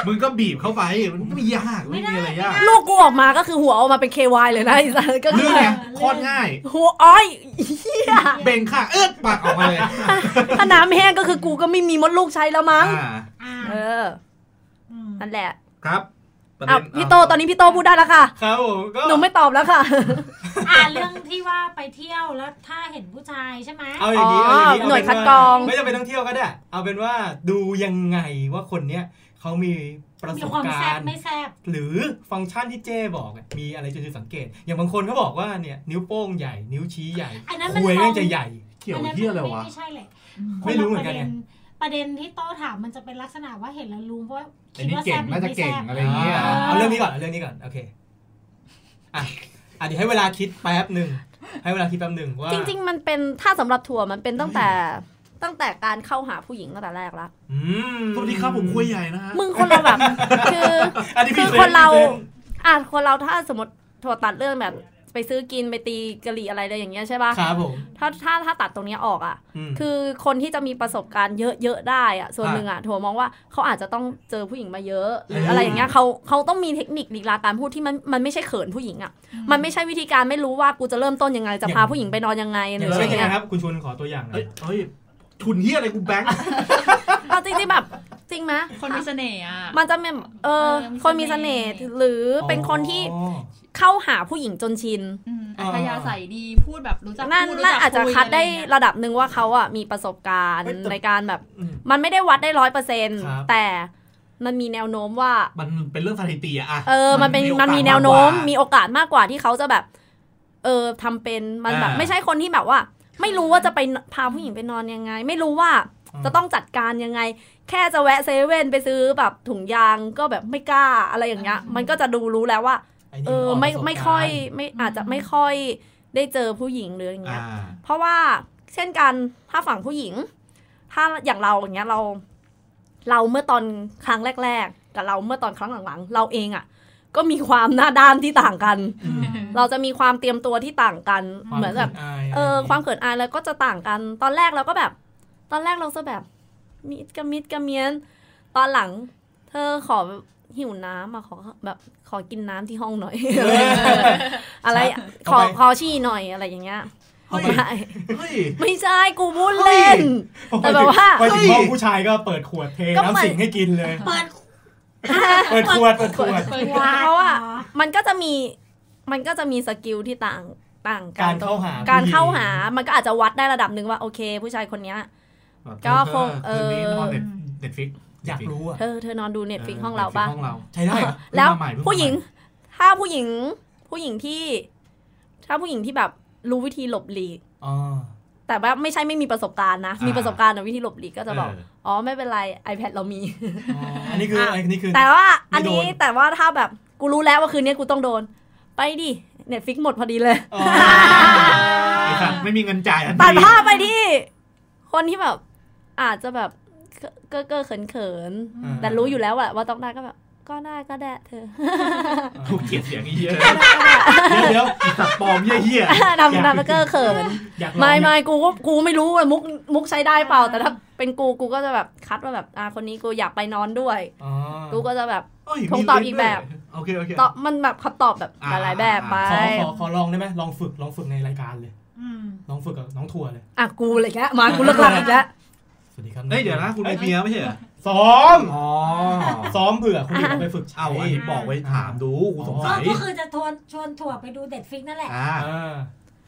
S4: มึงก็บีบเข้าไป มันก็ไม่ยาก ไม่มีอะไรยาก
S1: ลูกกูออกมาก็คือหัวออกมาเป็น KY เลยนะไอ้สัสก็คื
S4: ลื่
S1: อน
S4: ไงโคตรง่าย
S1: หัวอ้อยเหี้ย
S4: เบ่งค่ะเอื้อปากออกมาเลย
S1: ถ้าน้ำแห้งก็คือกูก็ไม่มีมดลูกใช้แล้วมั้ง
S4: อ่า
S3: อ่า
S1: เออ
S3: อืม
S1: นั่นแหละ
S4: ครับประเด็
S1: อ้าวนพี่โตตอนนี้พี่โตพูดได้แล้วค่ะ
S2: ครับผมก็
S1: หนูไม่ตอบแล้วค่ะ
S3: อ่าเรื่องที่ว่าไปเที่ยวแล้วถ้าเห็นผู้ชายใช่ไหม
S2: เอาอย่างนี้
S1: อ๋อ
S2: เอาอย่างนี้
S1: หน่วย
S2: เาเป็
S1: คัดกรอง
S2: ไม่จำเป็นต้องเที่ยวก็ได้ เอาเป็นว่าดูยังไงว่าคนเนี้ยเขามีประ
S3: มี
S2: สบ
S3: ความ
S2: กา
S3: แซ่บ
S2: รณ์
S3: ไม่แซ่บ
S2: หรือฟังก์ชันที่เจ้บอกอะมีอะไรจะสังเกต อย่างบางคนเขาบอกว่าเนี่ยนิ้วโป้งใหญ่ นิ้วชี้ใหญ่
S3: อันนั้นมัน
S2: คุย
S3: มอ
S2: แม่
S3: ง
S2: งจะใหญ่
S4: เกี่ยวเหี้ยอะไรวะ
S3: ไม่ใช่แหละ
S2: ไม่รู้เหมือนกันไง
S3: ประเด็นที่โต้ถามมันจะเป็นลักษณะว่าเห็นแล้วรู้ว่า
S4: อันนี้เก่ง
S3: หรื
S4: น่าจะ
S3: ไม่
S4: เก่ง
S3: แซ่บ
S4: อะไรอย่างเงี้ย
S2: อ่าเอาเรื่องนี้ก่อนเอาเรื่องนี้ก่อนโอเคอ่ะอ่ะเดี๋ยวให้เวลาคิดแป๊บหนึ่งให้เวลาคิดแป๊บหนึ่งว่า
S1: จริง ๆ มันเป็นถ้าสำหรับถั่วมันเป็นตั้งแต่ตั้งแต่การเข้าหาผู้หญิงตั้งแต่แรกละ
S2: อืม
S4: สวัสดีครับผมคุยใหญ่นะฮะ
S1: มึงคนเรา แบบ คือ
S2: อันนี้
S1: คื
S2: พี่
S1: อ
S2: ซฟ
S1: คนเรา
S2: ซฟ
S1: อ่ะคนเราถ้าสมมติถั่วตัดเรื่องแบบ ไปซื้อกินไปตีกะหรี่อะไรเลยอย่างเงี้ยใช่ป่ะ
S2: ครับผม
S1: ถ้าถ้าถ้าตัดตรงเนี้ยออกอ่ะ
S2: อืม
S1: คือคนที่จะมีประสบการณ์เยอะๆได้อะส่วน
S2: อ่ะ
S1: หนึ่งอะถั่วมองว่าเขาอาจจะต้องเจอผู้หญิงมาเยอะหรือ
S2: ม
S1: อะไรอย่างเงี้ยเขาเขาต้องมีเทคนิคลีลาการพูดที่มันมันไม่ใช่เขินผู้หญิงอะมันไม่ใช่วิธีการไม่รู้ว่ากูจะเริ่มต้นยังไงจะพาผู้หญิงไปนอนยังไงหรือ
S2: เช่
S1: อะ
S2: น
S1: ไร
S2: ยังไง
S1: เงี้ย
S2: ครับคุณชวนขอตัวอย่างหน่อ
S4: เอ้
S2: ย
S4: ยเอ้ยทุนเฮียอะไรกูแบงค์
S1: เอาจริงๆแบบจริงไหม
S5: คนมีเสน่ห์อ่ะ
S1: มันจะเป็นเออ
S5: เออมี
S1: คนมี
S5: เส
S1: เส
S5: น่
S1: น่
S5: ห์
S1: ห์หรือเป็นคนที่
S2: อ๋อ
S1: เข้าหาผู้หญิงจนชิน
S5: อืม
S2: อ๋
S5: อั
S2: อ
S5: ธยาศัยดีพูดแบบรู้จัก
S1: นั่น
S5: พูดรู้
S1: นั่น
S5: จัก
S1: อาจจะ
S5: คุย
S1: คัดได้
S5: อรอย่างเงี้ย
S1: ระดับหนึ่งว่าเขาอะมีประสบการณ์
S2: เฮ้ยแต่
S1: ในการแบบ
S2: อืม
S1: มันไม่ได้วัดได้ร้อยเปอร์เซ็นต์
S2: ครับ
S1: แต่มันมีแนวโน้มว่า
S4: มันเป็นเรื่องสถิติอะ
S1: เออ มันเป็น
S4: โอกา
S1: มั
S4: ส
S1: นมีแนวโน้ม
S4: ากกา
S1: มีโอกาสมากกว่าที่เขาจะแบบ เออทำเป็น มันแบบ
S4: อ่า
S1: ไม่ใช่คนที่แบบว่า ไม่รู้ว่าจะไปพาผู้หญิงไปนอนยังไง ไม่รู้ว่าจะต้องจัดการยังไง แค่จะแวะเซเว่นไปซื้อแบบถุงยางก็แบบไม่กล้าอะไรอย่างเงี้ย
S5: อืม
S1: มันก็จะดูรู้แล้วว่า
S2: ไนี่
S1: เออ
S2: นก
S1: ไม่
S2: ประสบ
S1: ไม่ค่อย
S2: การณ์
S1: ไม่อาจจะไม่ค่อยได้เจอผู้หญิงหรืออย่างเงี้
S4: อ่าย
S1: เพราะว่าเช่นกันถ้าฝั่งผู้หญิง ถ้าอย่างเราอย่างเงี้ยเรา เราเมื่อตอนครั้งแรก ๆ กับเราเมื่อตอนครั้งหลังๆ เราเองอะ่ะ ก็มีความหน้าด้านที่ต่างกัน
S2: อืม
S1: เราจะมีความเตรียมตัวที่ต่างกัน
S2: ควา
S1: เหมือนแบบ
S2: ขิาย
S1: เออ
S2: ะไรย่งงี้ย
S1: ความเขินอายแล้วก็จะต่างกัน ตอนแรกเราก็แบบ ตอนแรกเราจะแบบ มิดกระมิดกระเมียน ตอนหลัง เธอขอหิวน้ำมาขอแบบขอกินน้ำที่ห้องหน่อย
S2: เออ
S1: อะไรข
S2: เข้า
S1: อ
S2: ไป
S1: ขอฉี่หน่อยอะไรอย่างเงี้ย
S4: เฮ้ย
S1: ไม่
S4: เฮ้ย
S1: ไม่ใช่กูพูดเล่น แต่แบบว่า
S2: ไปถึง
S4: เฮ้ย
S2: ห้องผู้ชายก็เปิดขวดเทน้ำสิงให้กินเลย
S3: เปิด
S2: เปิดขวดเปิดขวด
S5: เปิด
S3: ขวด
S1: เพราะว่า
S3: หอ
S1: มันก็จะมี มันก็จะมีสกิลที่ต่างต่างกั
S2: กาน รเข้าหา
S1: การเข้าหา
S2: ผู้ญิง
S1: มันก็อาจจะวัดได้ระดับหนึ่งว่าโอเค ผู้ชายคนเนี้ย ก็คงเออ
S4: คืนนี้นอนเน็ตฟิก
S2: อยากรู้อ่ะ
S1: เธอเธอนอนดูเน็ตฟิกห้องเราปะ
S4: ห้องเรา
S2: ใช้ได้เหรอ
S1: แล้ว
S4: เพิ่งมาใม่เพิ่มาใม่
S1: ผู้หญิง ถ้าผู้หญิง ผู้หญิงที่ ถ้าผู้หญิงที่แบบรู้วิธีหลบหลีก
S2: อ๋อ
S1: แต่ว่าไม่ใช่ไม่มีประสบการณ์นะ มีประสบการณ์แต่วิธีหลบหลีกก็จะบอก
S4: เ
S1: อ๋อไม่เป็นไร iPad เรามี
S2: อันนี้คืออะไรอันนี้คือ
S1: แต่ว่าอันนี้
S2: ไม่โดน
S1: แต่ว่าถ้าแบบกูรู้แล้วว่าคืนนี้กูต้องโดน ไปดิเน็ตฟิกหมดพอดีเลย
S2: อ๋อ
S4: ไอ้สัตว์ไม่มีเงินจ่ายทันที
S1: ตัดภาพไปที่ คนที่แบบ อาจจะแบบเก้อเก้อเขินเขินๆแต่รู้อยู่แล้วอะว่าต้องได้ก็แบบ ก็น่าก็แดะเธอ
S4: กูเกลียดเสียงไอ้เหี้ย
S2: เดี๋ยว
S4: สัตว์ปลอมเหี้ย
S1: ทำทำแล้วก็เขิน
S2: ๆอยากลอง
S1: ไม่
S2: อยาก
S1: ไม่กูก็กูไม่รู้อะมุกมุกใช้ได้เปล่า แต่ถ้าเป็นกูกูก็จะแบบคัดว่าแบบอ่าคนนี้กูอยากไปนอนด้วย
S2: อ๋อ
S1: กูก็จะแบบ
S4: ๆเอ้ย
S1: คง
S4: มี
S1: ตอบ
S4: ลิ
S1: อีก
S4: ต์ด้ว
S1: แบ
S4: ย
S1: บ
S4: โอเคโอเค
S1: ตอบมันแบบคำตอบแบบห
S4: อ่า
S1: ลายๆแบบไป
S2: ขอขอขอลองได้ไหมลองฝึกลองฝึกในรายการเลย
S3: อืม
S2: ลองฝึกกับน้องทัวร์เลย
S1: อ่ะกูเลยแกแล้วมากูเลิกหลักอีกแล้ว
S2: สวัสดีครับ
S4: เฮ้ยเดี๋ยวนะคุณมีเมียไม่ใช่เหรอ
S2: ซ้อม
S4: อ๋อ
S2: ซ้อมเผื่อคุณหลิวเอาไปฝึกใช้
S4: เอาอันนี้บอกไว้ถามดูกูสง
S3: ก็
S4: สัย
S3: ก็คือจะชวนชวนถั่วไปดูเด็ดฟิกนั่นแหละ
S4: อ่า
S2: อ่า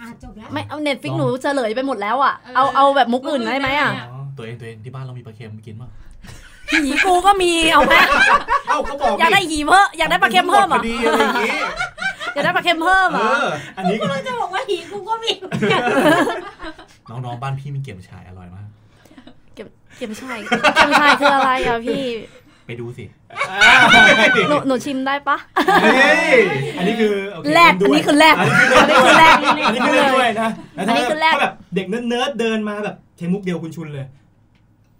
S3: อ่ะจบแล้ว
S1: ไม่เอาเน็ตฟิกหนูเฉลยไปหมดแล้วอ่ะเอาเอาแบบมุกอื่นได้ไหมอ่ะ
S2: อ๋อ
S4: ตัวเองตัวเองที่บ้านเรามีปลาเค็มกินป่ะ
S1: ผีกูก็มีเอาไหม
S4: เอ้าก็บอก
S1: อยากได้หีเพิ่มอยากได้ปลาเค็มเพิ่มเหร
S4: พ
S1: อ
S4: อดีอะไรอย่างงี้
S1: อยากได้ปลาเค็มเพิ่มเหร
S4: เอ
S1: อ
S4: อ
S2: อันนี้
S3: กูจะบอกว่าหีกูก็มีเหมือนกัน
S4: น้องๆบ้านพี่มีเกี๊ยวฉายอร่อยมาก
S1: เก็บเก็บชายเก็บชายคืออะไรอ่ะพี่
S4: ไปดูสิ
S1: หนูหนูชิมได้ปะ
S4: เฮ้ย
S2: อันนี้คือโอเค
S1: แรกอันนี้คือแรกอันนี้คือแรก
S2: อันนี้คือแรกด้วยนะแล้
S1: อั
S2: วถ้าน
S1: นี้คือแรก
S2: ถ้าแบบเด็กเนิร์ดๆเดินมาแบบเทมุกเดียวคุณชุนเลย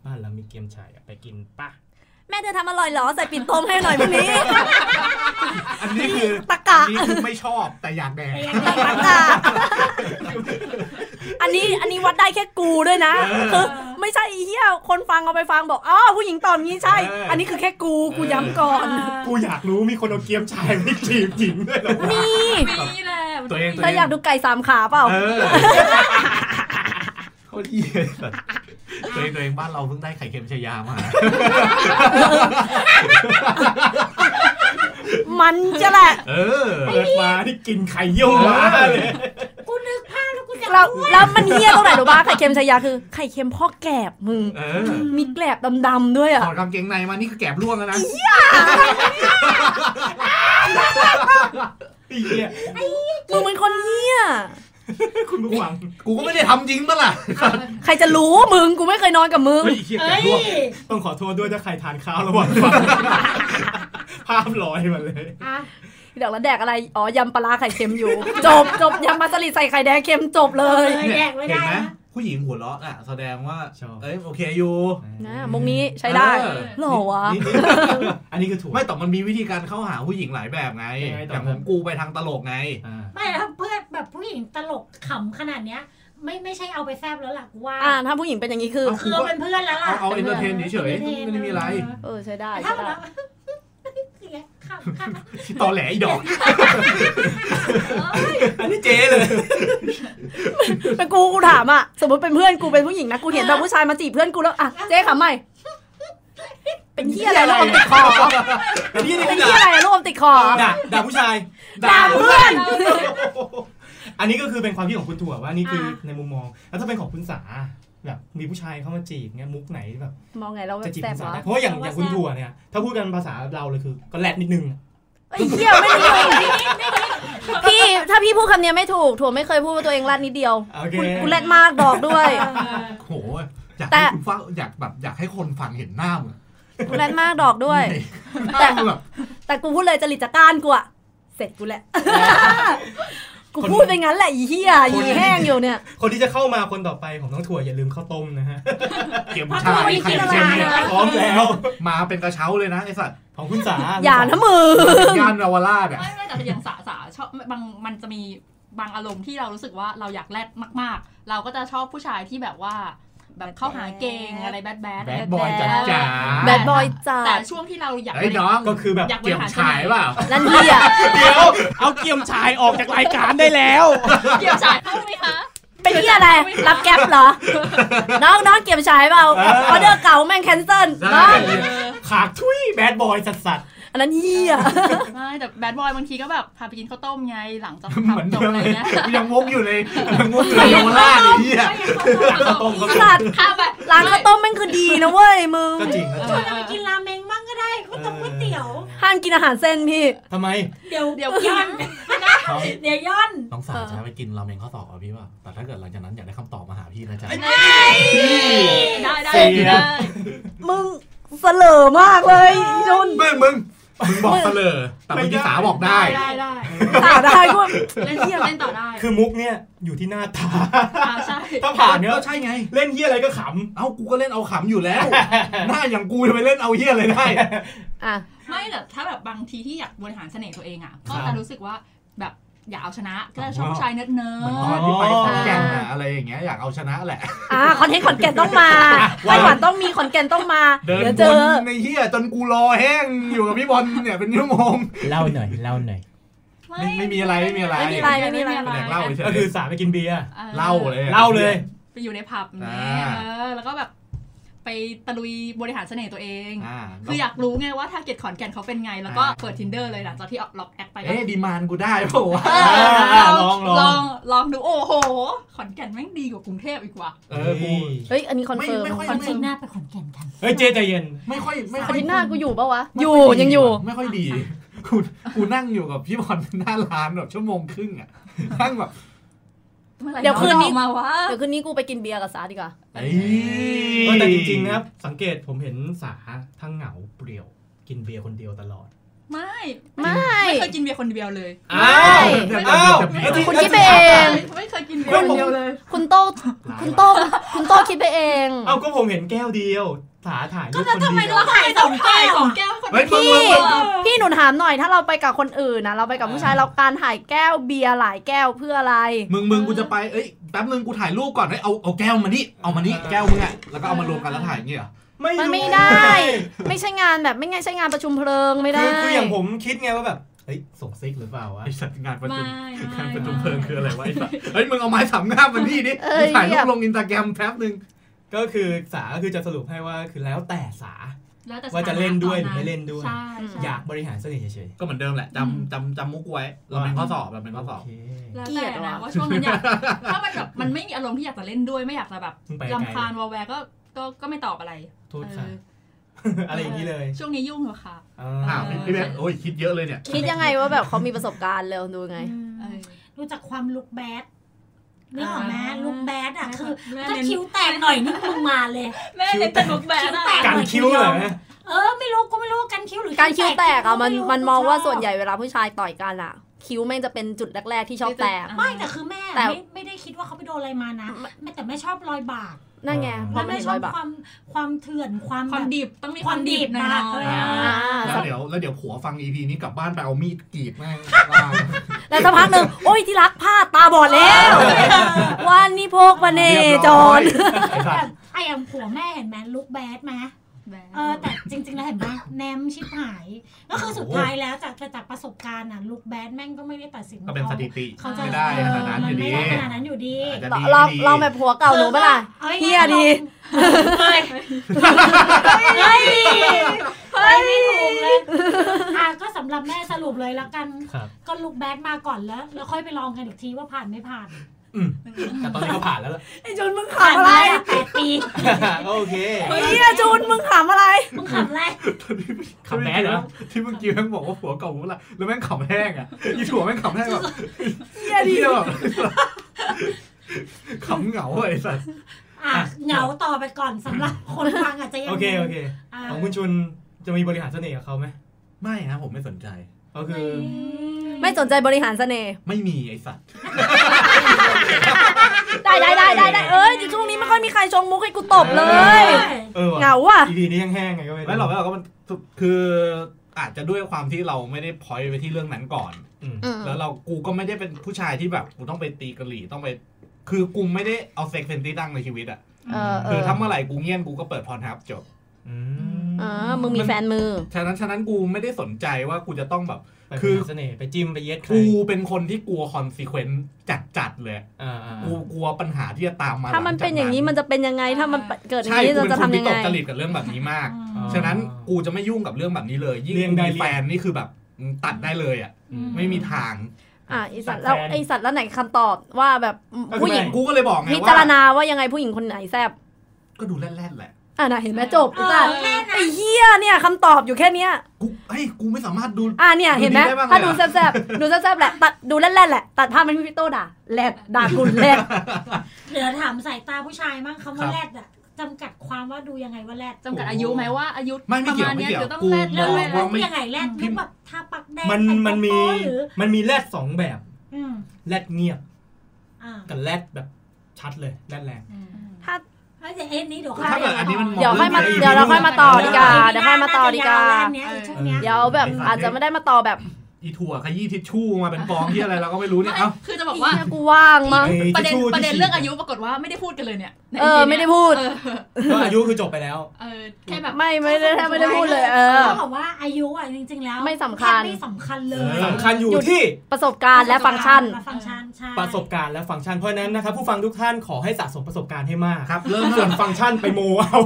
S2: บ้านเรามีเกมชายอะไปกินป่ะ
S1: แม่เธอทำอร่อยเหรอใส่ปิ่นโตมให้หน่อยพรุ่งนี้
S4: อันนี้คือ
S1: ตะกะ
S4: อันนี้คือไม่ชอบแต่อยากแดก
S1: อันนี้อันนี้วัดได้แค่กูด้วยนะคือไม่ใช่ไอ้เฮียคนฟังเอาไปฟังบอกอ๋อผู้หญิงตอนนี้ใช่ อันนี้คือแค่กูกูย้ำก่อน
S2: กูอยากรู้มีคนเอาเกมชายไปจีบหญิงด้วยเหรอวะ
S1: นี่
S5: นี่แหละ
S4: ตัวเองตัว
S1: เธ
S4: เอ
S1: อง อยากดูไก่สามขาเปล่า
S4: เออโคตรเหี้ยสัสตัวเองตัวเองบ้านเราเพิ่งได้ไข่เค็มชายามา
S1: มันจะแหละ
S4: เออ
S2: เปิดมานี่กินไข่เยี่ยวหว้าเลย
S3: กูนึกภาพแล้วกูจะ
S1: แล้วแล้วมันเฮียตรงไหนหรือบ้าไข่เค็มชายาคือไข่เค็มพ่อแกบมึง
S4: เออ
S1: มีแกลบดำๆด้วยอ่ะ
S4: ถอดกางเกงในมานี่คือแกบล่วงแล้วนะ
S2: ไอ้เหี้ย
S1: มึงเป็นคนเฮีย
S2: คุณผู้ฟัง
S4: กูก็ไม่ได้ทำจริงปะล่ะ
S1: ใครจะรู้มึงกูไม่เคยนอนกับมึง
S4: เฮ้ยไอ้เหี้ย
S3: เอ้ย
S4: แกบล่วง
S2: ต้องขอโทษด้วยถ้าใครทานข้าวระหว่างฟังภาพลอยมาเลย
S3: อ่ะ
S1: เดี๋ยวแล้วแดกอะไร อ๋อ ยำปลาร้าไข่เค็มอยู่ จบจบยำมัสลิดใส่ไข่แดงเค็มจบเล
S3: เอย อแยกไม่ได้
S4: เห็นห
S3: นะ
S4: ผู้หญิงหัวเราะอ่ะแสดงว่า
S2: ชอบ
S4: เอ้ยโอเคอยู่
S1: นะมงนี้ใช้ได้
S4: เออ
S1: หรอวะ
S2: นี่ อันนี้คือถูก
S4: ไม่แต่มันมีวิธีการเข้าหาผู้หญิงหลายแบบไง
S2: ยังไงต่อ
S4: อย่าง
S2: ค
S4: ผ
S2: รับ
S4: มกูไปทางตลกไง
S2: อ่า
S3: ไม่แล้วเพื่อนแบบผู้หญิงตลกขำขนาดเนี้ย ไม่ไม่ใช่เอาไปแซบแล้วล่ะกูว่า
S1: อ่า ถ้าผู้หญิงเป็นอย่างนี้คือ
S4: เา
S3: คือเอาเป็นเพื่อนแล้วล่ะ
S4: เอาเอาเอนเตอร์เทนเฉยๆ
S3: ป็น
S4: ไม่ได้มีอะไร
S1: เออ ใช้ได้
S3: แต่ถ้า
S1: ใช้
S3: แบ
S1: ได้
S3: บว่าเสียขำขำ
S4: ตอแหลอีดอก
S2: อันนี้เจ๊เลย
S1: เป็นกูกูถามอ่ะ สมมติเป็นเพื่อนกูเป็นผู้หญิงนะ กูเห็นแบบผู้ชายมาจีบเพื่อนกูแล้ว อ่ะ เจ๊ขำใหม่ เป็นที่อะไรลูกอมติดคอ
S2: อันนี้นี่
S1: เป็
S2: คื
S1: น
S2: อ
S1: ที่
S2: ด่า
S1: อะไรลูกอมติดคอ
S2: ด่าด่าผู้ชาย
S1: ด่าเพื่อน
S2: อันนี้ก็คือเป็นความคิดของคุณถั่วว่านี่คือในมุมมอง แล้วถ้าเป็นของคุณสาแบบมีผู้ชายเข้ามาจีบเนี่ยมุกไหนแบบ
S1: มองไงเราแบ
S2: จะ
S1: บ
S2: จีบ
S1: แส
S2: คุณสาว
S1: บะ
S2: ได้เพราะว่าอย่างอย่างคุณถั่วเนี่ยถ้าพูดกันภาษาเราเลยคือก็แลดนิดนึงอะ
S1: ไอ้เหี้ยไม่มีพี่ ถ้าพี่พูดคำเนี้ยไม่ถูกถั่วไม่เคยพูดว่าตัวเองรัดนิดเดียว
S2: โอเค
S1: กูกูแลดมากดอกด้วย
S4: โหอยาก
S1: แต่
S4: ให้คุณฟังอยากแบบอยากให้คนฟังเห็นหน้ามึง
S1: กูแลดมากดอกด้วย
S4: หน้ามึงแบบ
S1: แต่กูพูดเลยจริตจักรานกูอะเสร็จกูแหละ กูพูดไปงั้นแหละอีเหี้ยอีแห้งอยู่เนี่ย
S2: คนที่จะเข้ามาคนต่อไปของน้องถั่วอย่าลืมข้าวต้มนะฮะ
S4: เกม
S3: เพราะ
S4: ชา
S3: ถั่วไป
S4: ยไข่
S3: กินอะไร
S4: เค็มเนี่ย
S3: นะ
S2: พร้อมแล้ว
S4: มาเป็นกระเช้าเลยนะไอสัตว์
S2: ของคุณสา
S1: อย่านะมือย่
S4: านเยาวราชอ่ะ
S5: ไม่ไม่แต่อย่างสาสาชอบบางมันจะมีบางอารมณ์ที่เรารู้สึกว่าเราอยากแลดมาก ๆ เราก็จะชอบผู้ชายที่แบบว่า แบบเข้าหาเกงอะไรแบดแบด
S4: แบดบอยจ๋าจ๋า
S1: แบดบอยจั
S5: แต่
S1: ด
S5: ช่วงที่เราอยาก
S4: ไอ้ยน้อง
S2: ก็คือแบบ
S5: อยากบ
S4: เก
S5: ริ
S4: ม
S5: หาร
S4: ชายเปล่า
S1: นั่นเหี้ย
S2: เดี๋ยวเอาเกียมชายออกจากรายการได้แล้ว
S5: เกี่ยวชายเข้าไหมคะ
S1: เป็นเหี้ยอะไร รับแก๊ปเหรอ น้องน้องเก็บฉายเปล่าอ
S2: เออ
S1: อเดอร์เก่าแม่งแคนเซิลน้อง
S4: ได้
S2: ขากทุยแบดบอยสัสสัส
S1: อันนั้นเหี้ย
S5: ไม่แต่แบดบอยบางทีก็แบบพาไปกินข้าวต้มไงหลังจาก
S4: เหมือน
S5: ทำจ
S4: เดิ
S5: บ
S4: ม
S5: อะไร
S4: เลย
S5: เงี้ย
S4: ยังวกอยู่เลยยังวกอยู่ในเยาวราชไอ้เหี้
S2: ข
S4: ย
S2: ้าวต้มข้าวต้ม
S1: สัตว์
S5: ข้ามไป
S1: ร้านข้าวต้มแม่งคือดีนะเว้ยมึง
S2: ก็จริงก็จ
S3: ช
S2: ริ
S3: ว
S2: ง
S3: นเราไปกินราเมงบ้างก็ได้ก็ต้มก๋วยเตี๋ยว
S1: ห้ามกินอาหารเส้นพี่
S2: ทำไม
S3: เดี๋ยว
S5: เดี๋ยวกิ
S3: ย่อน นเดี๋ยวย่อน
S4: น้องสาว
S1: เออ
S4: จะไปกินราเมงข้าวตอกกับพี่ป่ะ แต่ถ้าเกิดหลังจากนั้นอยากได้คำตอบมาหาพี่นะจ๊ะ
S5: ได้ได้
S2: เสีย
S5: ได้
S1: มึงเสลอมากเลยไอ้จุน
S4: มึงมึง มึงบอกเสลอแต่เมื่อกี้สาบอกได้
S5: ได้ได้
S1: ต่างได้ก็
S5: เล่นเที่ยวเล่นต่อได้
S2: คือมุกเนี่ยอยู่ที่หน้าตา
S5: อ่าใช่
S2: ถ้าผ่านเนี่ย
S4: ก็ใช่ไง
S2: เล่นเฮียอะไรก็ข
S4: เอ้ากูก็เล่นเอาขำอยู่แล้ว หน้าอย่างกูจะไปเล่นเอาเฮี้ยอะไรได้
S1: อ่ะ
S5: ไม่แต่ถ้าแบบบางทีที่อยากบริหารเสน่ห์ตัวเองอ่ะก็จะรู้สึกว่าแบบอย่าเอาชนะก็จะชอบผู้ชายเนิร์ดเนิ
S4: เหมือนตอน
S5: ร์ด
S4: ที่ไปขอนแก่นน่ะอะไรอย่างเงี้ยอยากเอาชนะแหละ
S1: อ่าคอนเทนต์ขอนแก่นต้องมาไต้หวันต้องมีขอนแก่นต้องมา
S4: เดิน
S1: เดี๋ยว
S4: ว
S1: เจอ
S4: นในเฮี้ยจนกูรอแห้งอยู่กับพี่บอลเนี่ยเป็นชั่วโมง
S6: เล่าหน่อยเล่าหน่อย
S4: ไม่ไม่มีอะไรไม่มีอะไร
S1: ไม่มีอะไรไม่มีอะไร
S4: เป็นแหล่งเล่าเฉ
S2: ำ
S4: ย
S2: ก็คือสาไปกินเบียร์
S5: ออ
S4: เล่าเลย
S2: เล่าเลย
S5: ไปอยู่ในผับอย่างเงี้ย
S4: อ่า
S5: เออแล้วก็แบบไปตะลุยบริหารเสน่ห์ตัวเอง
S4: อ่า
S5: คืออยากรู้ไงว่าถ้าเกตขอนแก่นเขาเป็นไง แล้วก็เปิด tinder เลยหลังจากที่ออกล็อกแอคไปก็
S4: เอ๊ะดีมานกูได้เปล่าวะ
S5: เอ
S2: อ่า
S5: อ
S2: ลองล
S5: ล
S2: อ
S5: อง งลองดูโอ้โห ขอนแก่นแม่งดีกว่ากรุงเทพอีกว่ะ
S4: เออกู
S1: เฮ้ย อันนี้คอนเฟิร์ม
S4: ไม่ค่อย
S3: คอนเทนต์หน้าไปขอนแก่นกัน
S2: เฮ้ยเจใจเย็น
S4: ไม่ค่อยไม่ค่
S1: อา
S4: อย
S1: ทิตย์หน้ากูอยู่ปะวะ
S4: ไม่ค่
S1: อยู่
S4: ดี
S1: ยังอยู่
S4: ไม่ค่อยดีกูกูนั่งอยู่กับพี่บอลหน้าร้านแบบชั่วโมงครึ่งอ่ะนั่งแบบ
S5: เมื่อไหร่
S1: เดี๋ยวคืนนี้
S5: ออกมาวะ
S1: เดี๋ยวคืนนี้กูไปกินเบียร์กับสาดีกว่า
S4: เอ้
S2: เออย แต่จริงๆนะครับสังเกตผมเห็นสาทั้งเหงาเปลี่ยว กินเบียร์คนเดียวตลอด
S5: ไม่
S1: ไม่
S5: ไม่เคยกินเบียร์คนเดียวเลย
S2: อ้าว อ้าวแล้วที่
S1: คุณคิดไปเอง
S5: ไม่เคยกินเบียร์คนเดียวเลย
S1: คุณโต้ คุณโต้คุณโต้คิดไปเอง
S2: เอ้าก็ผมเห็นแก้วเดียวสาถ่ายรู
S5: ก็
S2: ป
S5: แล้ว
S2: คน
S5: ทำไม
S2: เดียว
S5: เราถ่ายสองแก้วสองแก้วให้คน
S4: เฮ้ย
S1: พี่
S4: มึงมึงมึง
S1: พี่หนุนถามหน่อยถ้าเราไปกับคนอื่นนะเราไปกับผู้ชายเราการถ่ายแก้วเบียร์หลายแก้วเพื่ออะไร
S4: มึงมึงกูจะไปเอ้ยแป๊บนึงกูถ่ายรูปก่อนเอ้ยเอาเอาแก้วมานี่เอามานี่แก้วมึงอ่ะแล้วก็เอามารวมกันแล้วถ่ายอย่างเงี้ยเหรอ
S2: รู้
S1: มันไม่ได้ ไม่ใช่งานแบบไม่ไงใช่งานประชุมเพลิงไม่ได้
S2: คือคืออย่างผมคิดไงว่าแบบเฮ้ยส่งซิกหรือเปล่าวะ
S4: ไอสัตว์งานประ
S5: ไม่
S4: ชุม
S5: ไม่
S4: งานประชุมเพลิงคืออะไรวะไอสัตว์เฮ้ยมึงเอาไม้สามงามมานี่ดิ
S1: เอ้ย
S4: ถ่ายรูปลงอินสตาแกรมแป๊บนึง
S2: ก็คือสาก็คือจะสรุปให้ว่าคือแล้วแต่สา
S5: แล้วแต่
S2: ว่าจะเล่นด้วยหรือไม่เล่นด้วย
S5: ใช่ใช่
S2: อยากบริหารเสน่ห์เฉย
S4: ก็เหมือนเดิมแหละจำจำจำมุกไว้เราเป็นข้อสอบเราเป็น
S2: ๆ
S4: ข้อสอบ
S2: โเค
S5: แล้ว
S1: เกลียด
S5: แต่
S1: ว่ะ
S5: นะว่าช่วงนั้นอยากถ้ามันแบบมันไม่มีอารมณ์ที่อยากจะเล่นด้วยไม่อยากจะแบบ
S2: มึงไปไกล
S5: ลำคาญวอลแวร์ก็ก็ก็ไม่ตอบอะไร
S2: โทษค่ะ
S5: เออ
S2: อะไรอย่างนี้เลย
S5: ช่วงนี้ยุ่งเหรอคะ
S2: อ่
S4: อ้า
S2: าว
S4: พี่พี่แบงค์โอ้ยคิดเยอะเลยเนี่ย
S1: คิดยังไงว่าแบบเขามีประสบการณ์เร็วดูไง
S5: เออ
S3: ดูจากความลุกแบดนึกออกไหม
S5: อ่า
S3: ลุกแบดอ่ะ คือ
S5: แม่
S3: ถ้า
S5: เน้น
S3: คิ้วแตกหน่อยนี่มึงมาเลย
S5: แม่เล็กแต่นกแบนอะ
S3: คิ้วแต
S2: กันคิ้วเหรอนะ
S3: เออ ไม่รู้กูไม่รู้ว่ากันคิ้วหรือ
S1: การคิ้วแตกอ่ะมัน
S3: ไรู้
S1: มันมองว่า
S3: กูชบ
S1: ส่วนใหญ่เวลาผู้ชายต่อยกันอ่ะ คิ้วแม่งจะเป็นจุดแรกๆที่ชอบแตก
S3: ไม่แต่คือแม่
S1: แต่
S3: ไม่ไม่ได้คิดว่าเขาไปโดนอะไรมานะแม่แต่ไม่ชอบรอยบาด
S1: นั่นไงพอ
S3: และ
S1: ไม่
S3: ไม่
S1: เห็น
S3: ช
S1: ร
S3: อ
S1: อบ ยบาด
S3: ความความเถื่อนความ
S5: ความ
S3: แบบ
S5: ดิบต้องมีความดิบหน่อย
S3: ความดิบนะ
S5: ๆ
S4: อ่า
S1: อ่า
S4: แล้ว
S1: สัก
S4: เดี๋ยวแล้วเดี๋ยวผัวฟังอีพีนี้กลับบ้านไปเอามีดกรีดแม่ง
S1: แล้วสักพักหนึ่งโอ้ยที่รักพลาดตาบอดแล้ววันนี้พกมาเนจร
S4: ไอ้สัต
S3: แบบ
S4: ว์
S3: ไอ้อยังผัวแม่เห็นไหมลุกแบดไหม
S5: แบน
S3: เออแต่จริง ๆ แล้วเห็นไหมแนมชิบหาย ก็คือสุดท้ายแล้วจากแต่จากประสบการณ์อ่ะลุกแบดแม่งก็ไม่ได้ตัดสิน
S4: ก็เป็นสถิติ
S3: เขาจะ
S4: ไม่ได้ขนาดนั้นอยู่ดี
S3: เมันไม่ได้ขนาดนั้นอยู่ดี
S4: อาจจะดี
S1: ลอง
S4: ดี
S1: ลองแบบผัวเก่าหนูปะล่ะ
S3: อา
S1: เหี้ยดี
S5: เฮ้ย
S3: เฮ้ยเฮ้ยไม่ถูกเลยอ่ะก็สำหรับแม่สรุปเลยแล้วกัน
S2: ครับ
S3: ก็ลุกแบดมาก่อนแล้ว แล้วค่อยไปลองกันอีกทีว่าผ่านไม่ผ่าน
S2: อืมแต่ตอนนี้ก็ผ่านแล้วล่ะ
S1: ไอ้จูนมึง
S3: ผ่าน
S1: ขำอะไร
S3: มาแล้วแปดปี
S2: โอเค
S1: เฮียจูนมึงขำอะไร
S3: มึงขำอะไร
S2: ขำแบดเหรอ
S4: ที่เมื่อกี้แม่งบอกว่าผัวเก่ากูละแล้วแม่งขำแห้งอ่ะอีถั่วแม่งขำแห้งแบบ
S1: เหี้ย ดิ
S4: เหี้ยแบบขำเหงาไอ้สัตว์
S3: อ่ะเหงาต่อไปก่อนสำหรับคนฟังอาจจะยัง
S2: โอเคโอเค
S3: อ่ะ
S2: ของคุณชุนจะมีบริหารเสน่ห์กับเขาไหม
S4: ไม่นะผมไม่สนใจ
S2: ก็คือ
S1: ไม่สนใจบริหารเสน่ห์
S4: ไม่มีไอสัตว์
S1: ได้ได้ได้ได้ได้เอ้ยช่วงนี้ไม่ค่อยมีใครชงมุกให้กูตบเล
S3: เฮ้
S1: ย
S3: ย
S2: เออ
S1: เห
S2: ว่ะ
S1: งาว่ะ
S2: อีพีนี้ยังแห้งไงก็ไม่รู้
S4: ไม่หรอกไม่หรอกก็มันคืออาจจะด้วยความที่เราไม่ได้พอยไปที่เรื่องนั้นก่อน
S2: อืม
S1: อืม
S4: แล้วเรากูก็ไม่ได้เป็นผู้ชายที่แบบกูต้องไปตีกะหรี่ต้องไป คือกูไม่ได้เอาเซ็กเป็นที่ตั้งในชีวิตอ่ะ
S1: เออเอ
S4: คือ อถ้าเมื่อไหร่กูเงียบกูก็เปิดพรทับจบ
S2: อืม
S1: เออมึงมีแฟนมือ
S4: ฉะนั้นฉะนั้นกูไม่ได้สนใจว่ากูจะต้องแบบ
S2: ไปบริหารเสน่ห์ไปจิ้มไปเย็ดใคร
S4: กูเป็นคนที่กลัวคอนซีเควนต์จัดจัดๆเลย
S2: อ่า
S4: กูกลัวปัญหาที่จะตามมา
S1: ถ้ามันเป็นอย่างนี้
S4: นี้
S1: มันจะเป็นยังไงถ้ามันเกิดอย่าง
S4: ใช่
S1: นี้
S4: กู
S1: เราจะ
S4: เป็นคน
S1: ทำยั
S4: ที่
S1: ง
S4: ต
S1: ไง
S4: กจริตกับเรื่องแบบนี้มาก
S2: อ่า
S4: ฉะนั้นกูจะไม่ยุ่งกับเรื่องแบบนี้เลย ยิ่ง
S2: เลี่ยง
S4: กู
S2: ได้
S4: มี
S2: เลี่ยง
S4: แฟนนี่คือแบบตัดได้เลยอ่ะ
S2: อืม
S4: ไม่มีทาง
S1: อ่ะไอสัตว์แล้ว
S2: แฟน
S1: ไอสัตว์แล้วไหนคำตอบว่าแบบ
S2: ก็คือ
S1: ผู้หญิง
S2: แม่
S4: กูก็เลยบอกไง
S1: พิ
S4: ว่า
S1: จารณาว่ายังไงผู้หญิงคนไหนแซบ
S4: ก็ดูแล่นๆแหละ
S1: อ่ะนะเห็นไหมจบ
S3: เอ
S1: ไอ
S3: อ
S1: สัตว์
S3: แค่นั้น
S1: ไอเฮียเนี่ยคำตอบอยู่แค่เนี้ย
S4: กูเฮ้ยกูไม่สามารถดู
S1: อ่ะเนี่ยเห็นไหม
S4: ดูดีได้บ้างเลยอะ
S1: ถ้าดูแซบๆดูแซบๆแหละตัดดูแล่นๆแหละตัดภาพมัน พี่โต้ด่าแลดด่ากูแลด
S3: เหลือถามสายตาผู้ชายมั่งคำว่าแรดอ่ะ จำกัดความว่าดูยังไงว่าแรด
S5: จำกัดอายุไหมว่าอายุ
S4: ไม่ไม่
S5: ประ
S4: เกี่ยว
S5: มาณ
S4: ไม่
S5: เนี้ย
S4: เกี่ยว
S5: จะต้อง
S4: กู
S5: แรด
S4: ม
S5: แล้ว
S4: อง
S5: แรด
S4: ว่า
S3: แร
S4: ไม่
S3: ดยังไงแรด
S4: พิ
S3: ยุ
S4: ม
S3: ค
S4: พ์
S3: แบบทาปักแดง
S2: มัน
S3: แต่ง
S2: มัน
S3: โป๊ะ
S2: มี
S3: หรือ
S2: มันมีแรดสองแบบ
S3: อืม
S2: แรดเงียบ
S3: อ่า
S2: กับแรดแบบชัดเลยแรดแรง
S5: อืม
S1: ถ้า
S3: เฮ้ยแต่เอ็นนี้เดี๋ยว
S4: ถ้าเกิดอันนี้มันมอง
S1: เดี๋ยวค่อยมา
S4: รื่ง
S1: เดี๋ยวเราค่อยมาต่อดีกว่า
S3: ปี
S1: เดี๋ยว
S3: ห
S1: ค่อ
S3: น้
S1: ยมาต่อดีกว่า
S3: น่จะยวแรดเนี้ยอีกช่วงเนี้ย
S1: เดี๋ยวแบบอาจจะไม่ได้มาต่อแบบ
S4: อีถั่วขยี้ทิชชู่มาเป็นกองที่อะไรเราก็ไม่รู้เนี่ยเอ้า
S5: ไม่คือจะบอกว่า
S1: เนี่ยกูว่างมั้ง
S2: ไอ้
S5: ประเด็น
S2: ทิชชู่ที่
S5: ประเด็นเรื่องอายุปรากฏว่าไม่ได้พูดกันเลยเนี่ยใน
S1: เออ
S5: ทีนี้ย
S1: ไม่ได้พูด
S5: เออ
S2: ก็อายุคือจบไปแล้ว
S5: เออแค่แบบ
S1: ไม่ไม่ได้ไม่ได้พูดเลยเออ
S3: ต้องบอกว่าอายุอ่ะจริง ๆ แล้ว
S1: ไม่สำคัญ
S3: แทบไม่สำคัญเลย
S4: เออ
S2: สำคัญอยู่ที่
S1: ประสบการณ์และฟังก์ชัน
S3: และฟังก์ชันใช่
S2: ประสบการณ์และฟังก์ชันเพราะฉะนั้นนะครับผู้ฟังทุกท่านขอให้สะสมประสบการณ์ให้มาก
S4: ครับ เริ่ม
S2: ส่
S4: ส่
S2: ว
S4: วนน
S2: ฟังก์ชันไปโมเอา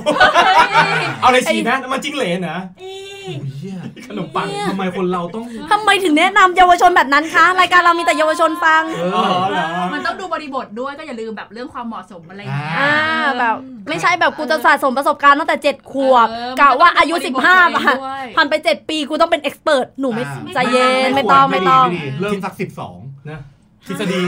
S2: เอาอะไรฉีดนะน้ำมันจิ้งเหลนนะ
S3: อี
S4: โอ้ยเหี้ย
S2: ขนมปัง
S4: ทำไมคนเราต้อง
S1: ทำไมถึงแนะนำเยาวชนแบบนั้นคะรายการเรามีแต่เยาวชนฟัง
S4: เอ
S2: อ๋อ
S4: อ
S2: เหรอ
S5: มันต้องดูบริบทด้วยก็อย่าลืมแบบเรื่องความเหมาะสมอะไรอย่างเงี้ย
S4: อ่
S1: อ่าแบบไม่ใช่แบบกูจะสะสมประสบการณ์ตั้งแต่ 7 ขวบ
S5: เออมัน
S1: กะว่าอายุ
S5: ต้องดูบริบท
S1: 15
S5: ตัวเอง
S1: ผ่าน
S5: ด้วย
S1: ผ่านไป 7 ปีกูต้องเป็นเอ็กซ์เพรสหนูไม่
S4: อ่า
S1: ใจเย็น
S4: ควร
S1: ไม่ต้องไม่ต้อง
S4: ดีดีเริ่มสักสิบสอง
S2: นะทฤษฎี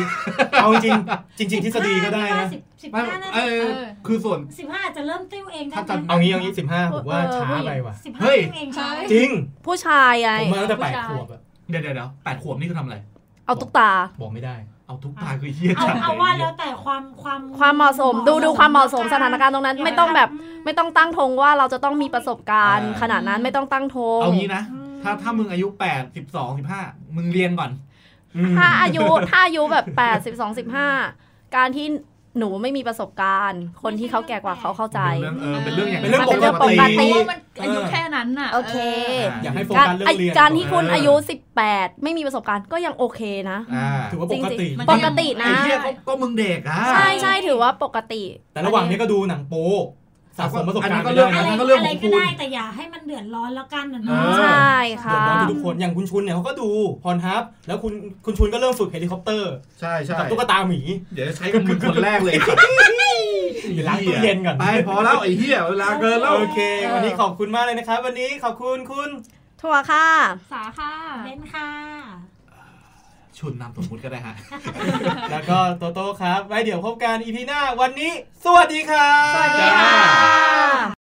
S2: เอาจริงจริง ๆ ทฤษฎีก็ได้นะ
S3: สิบ
S4: ไม่
S3: ห้าน่า
S4: เอ
S3: จะ
S4: อคือส่วน
S3: สิบห้าจะเริ่มติ้วเองได้
S4: ถ้าจำ
S3: ไหม
S2: เอางี้เอางี้สิบห้าผมว่า
S1: เออ
S2: ช้าไปว่ะ
S3: สิบ
S4: เฮ้
S3: ห้าย ติ้วเองใช่
S2: จริง
S1: ผู้ชายไง
S2: ผมมาตั้งแต่แปดขวบอะ
S4: เดี๋ยวเดี๋ยวเดี๋ยวแปดขวบนี่คือทำอะไร
S1: เอาตุ๊กตา
S2: บอกไม่ได้
S4: เอาทุกตาคือเฮี้ย
S3: เอา
S4: จัด
S3: เอาว่า
S4: เลย
S3: แล้วแต่ความความ
S1: ความเหมาะสมดูดูความเหมาะสมสถานการณ์ตรงนั้น ไม่ต้องแบบไม่ต้องตั้งธงว่าเราจะต้องมีประสบการณ์ ขนาดนั้นไม่ต้องตั้งธง
S4: เอางี้นะ ถ้าถ้ามึงอายุแปดสิบสองสิบห้ามึงเรียนก่อน
S1: ถ้าอายุถ้าอายุแบบ 8 12 15 การที่หนูไม่มีประสบการณ์ คนที่เขาแก่กว่าเขาเข้าใจ
S4: เป็นเรื่องเออเป็นเรื่องอย่าง
S2: เป็นเรื่อง
S1: มันเป็นเรื่องปกติ
S5: เพราะว่ามันอายุแค่นั้นน่ะ
S1: โอเค
S2: อยากให้โฟ
S1: การ
S2: กัสเรื่องเรียน
S1: การที่คุณอายุ 18 ไม่มีประสบการณ์ก็ยังโอเคนะ
S4: อ่า
S2: ถือว่าปก
S1: จ
S2: ติ
S1: ริง
S5: มัน
S1: ๆ ปกตินะ
S4: ไอ้เหี้ยก็ก็มึงเด็กอ่ะ
S1: ใช่ใช่ถือว่าปกติ
S2: แต่ระหว่างนี้ก็ดูหนังโป๊สะสมประสบการณ์
S4: อันนั้นก็
S2: ไป
S4: เรื่
S2: ได้นะ
S4: องอันนั้นก็
S3: อะไร
S4: เรื่อง
S3: อะไร
S4: ของ
S3: ก็
S4: คุณ
S3: ได้แต่อย่าให้มันเดือดร้อนแล้วกันนะเนาะ
S4: เออ
S1: ใช่ค่ะ
S2: เดือดร้อนทุกคนอย่างคุณชุนเนี่ยเขาก็ดูพรทับ แล้วคุณคุณชุนก็เริ่มฝึกเฮลิคอปเตอร์
S4: ใช่ใช่
S2: กับตุ๊กตาหมี
S4: เดี๋ยวจะใช้กับมึงคนแรกเลย
S2: ล้างตู้เย็นก่อน
S4: ไปพอแล้วไอ้เหี้ยเวลาเกินแล้ว
S2: โอเค วันนี้ขอบคุณมากเลยนะครับ วันนี้ขอบคุณคุณ
S1: ถั่วค่ะ
S5: สาค่ะ
S3: เล่นค่ะ
S4: ชุนนำสมมุติก็ได้ฮะ
S2: แล้วก็โตโต้ครับ ไว้เดี๋ยวพบกันอีพีหน้า วันนี้ สวัสดีครับ
S4: สวัสดีค่ะ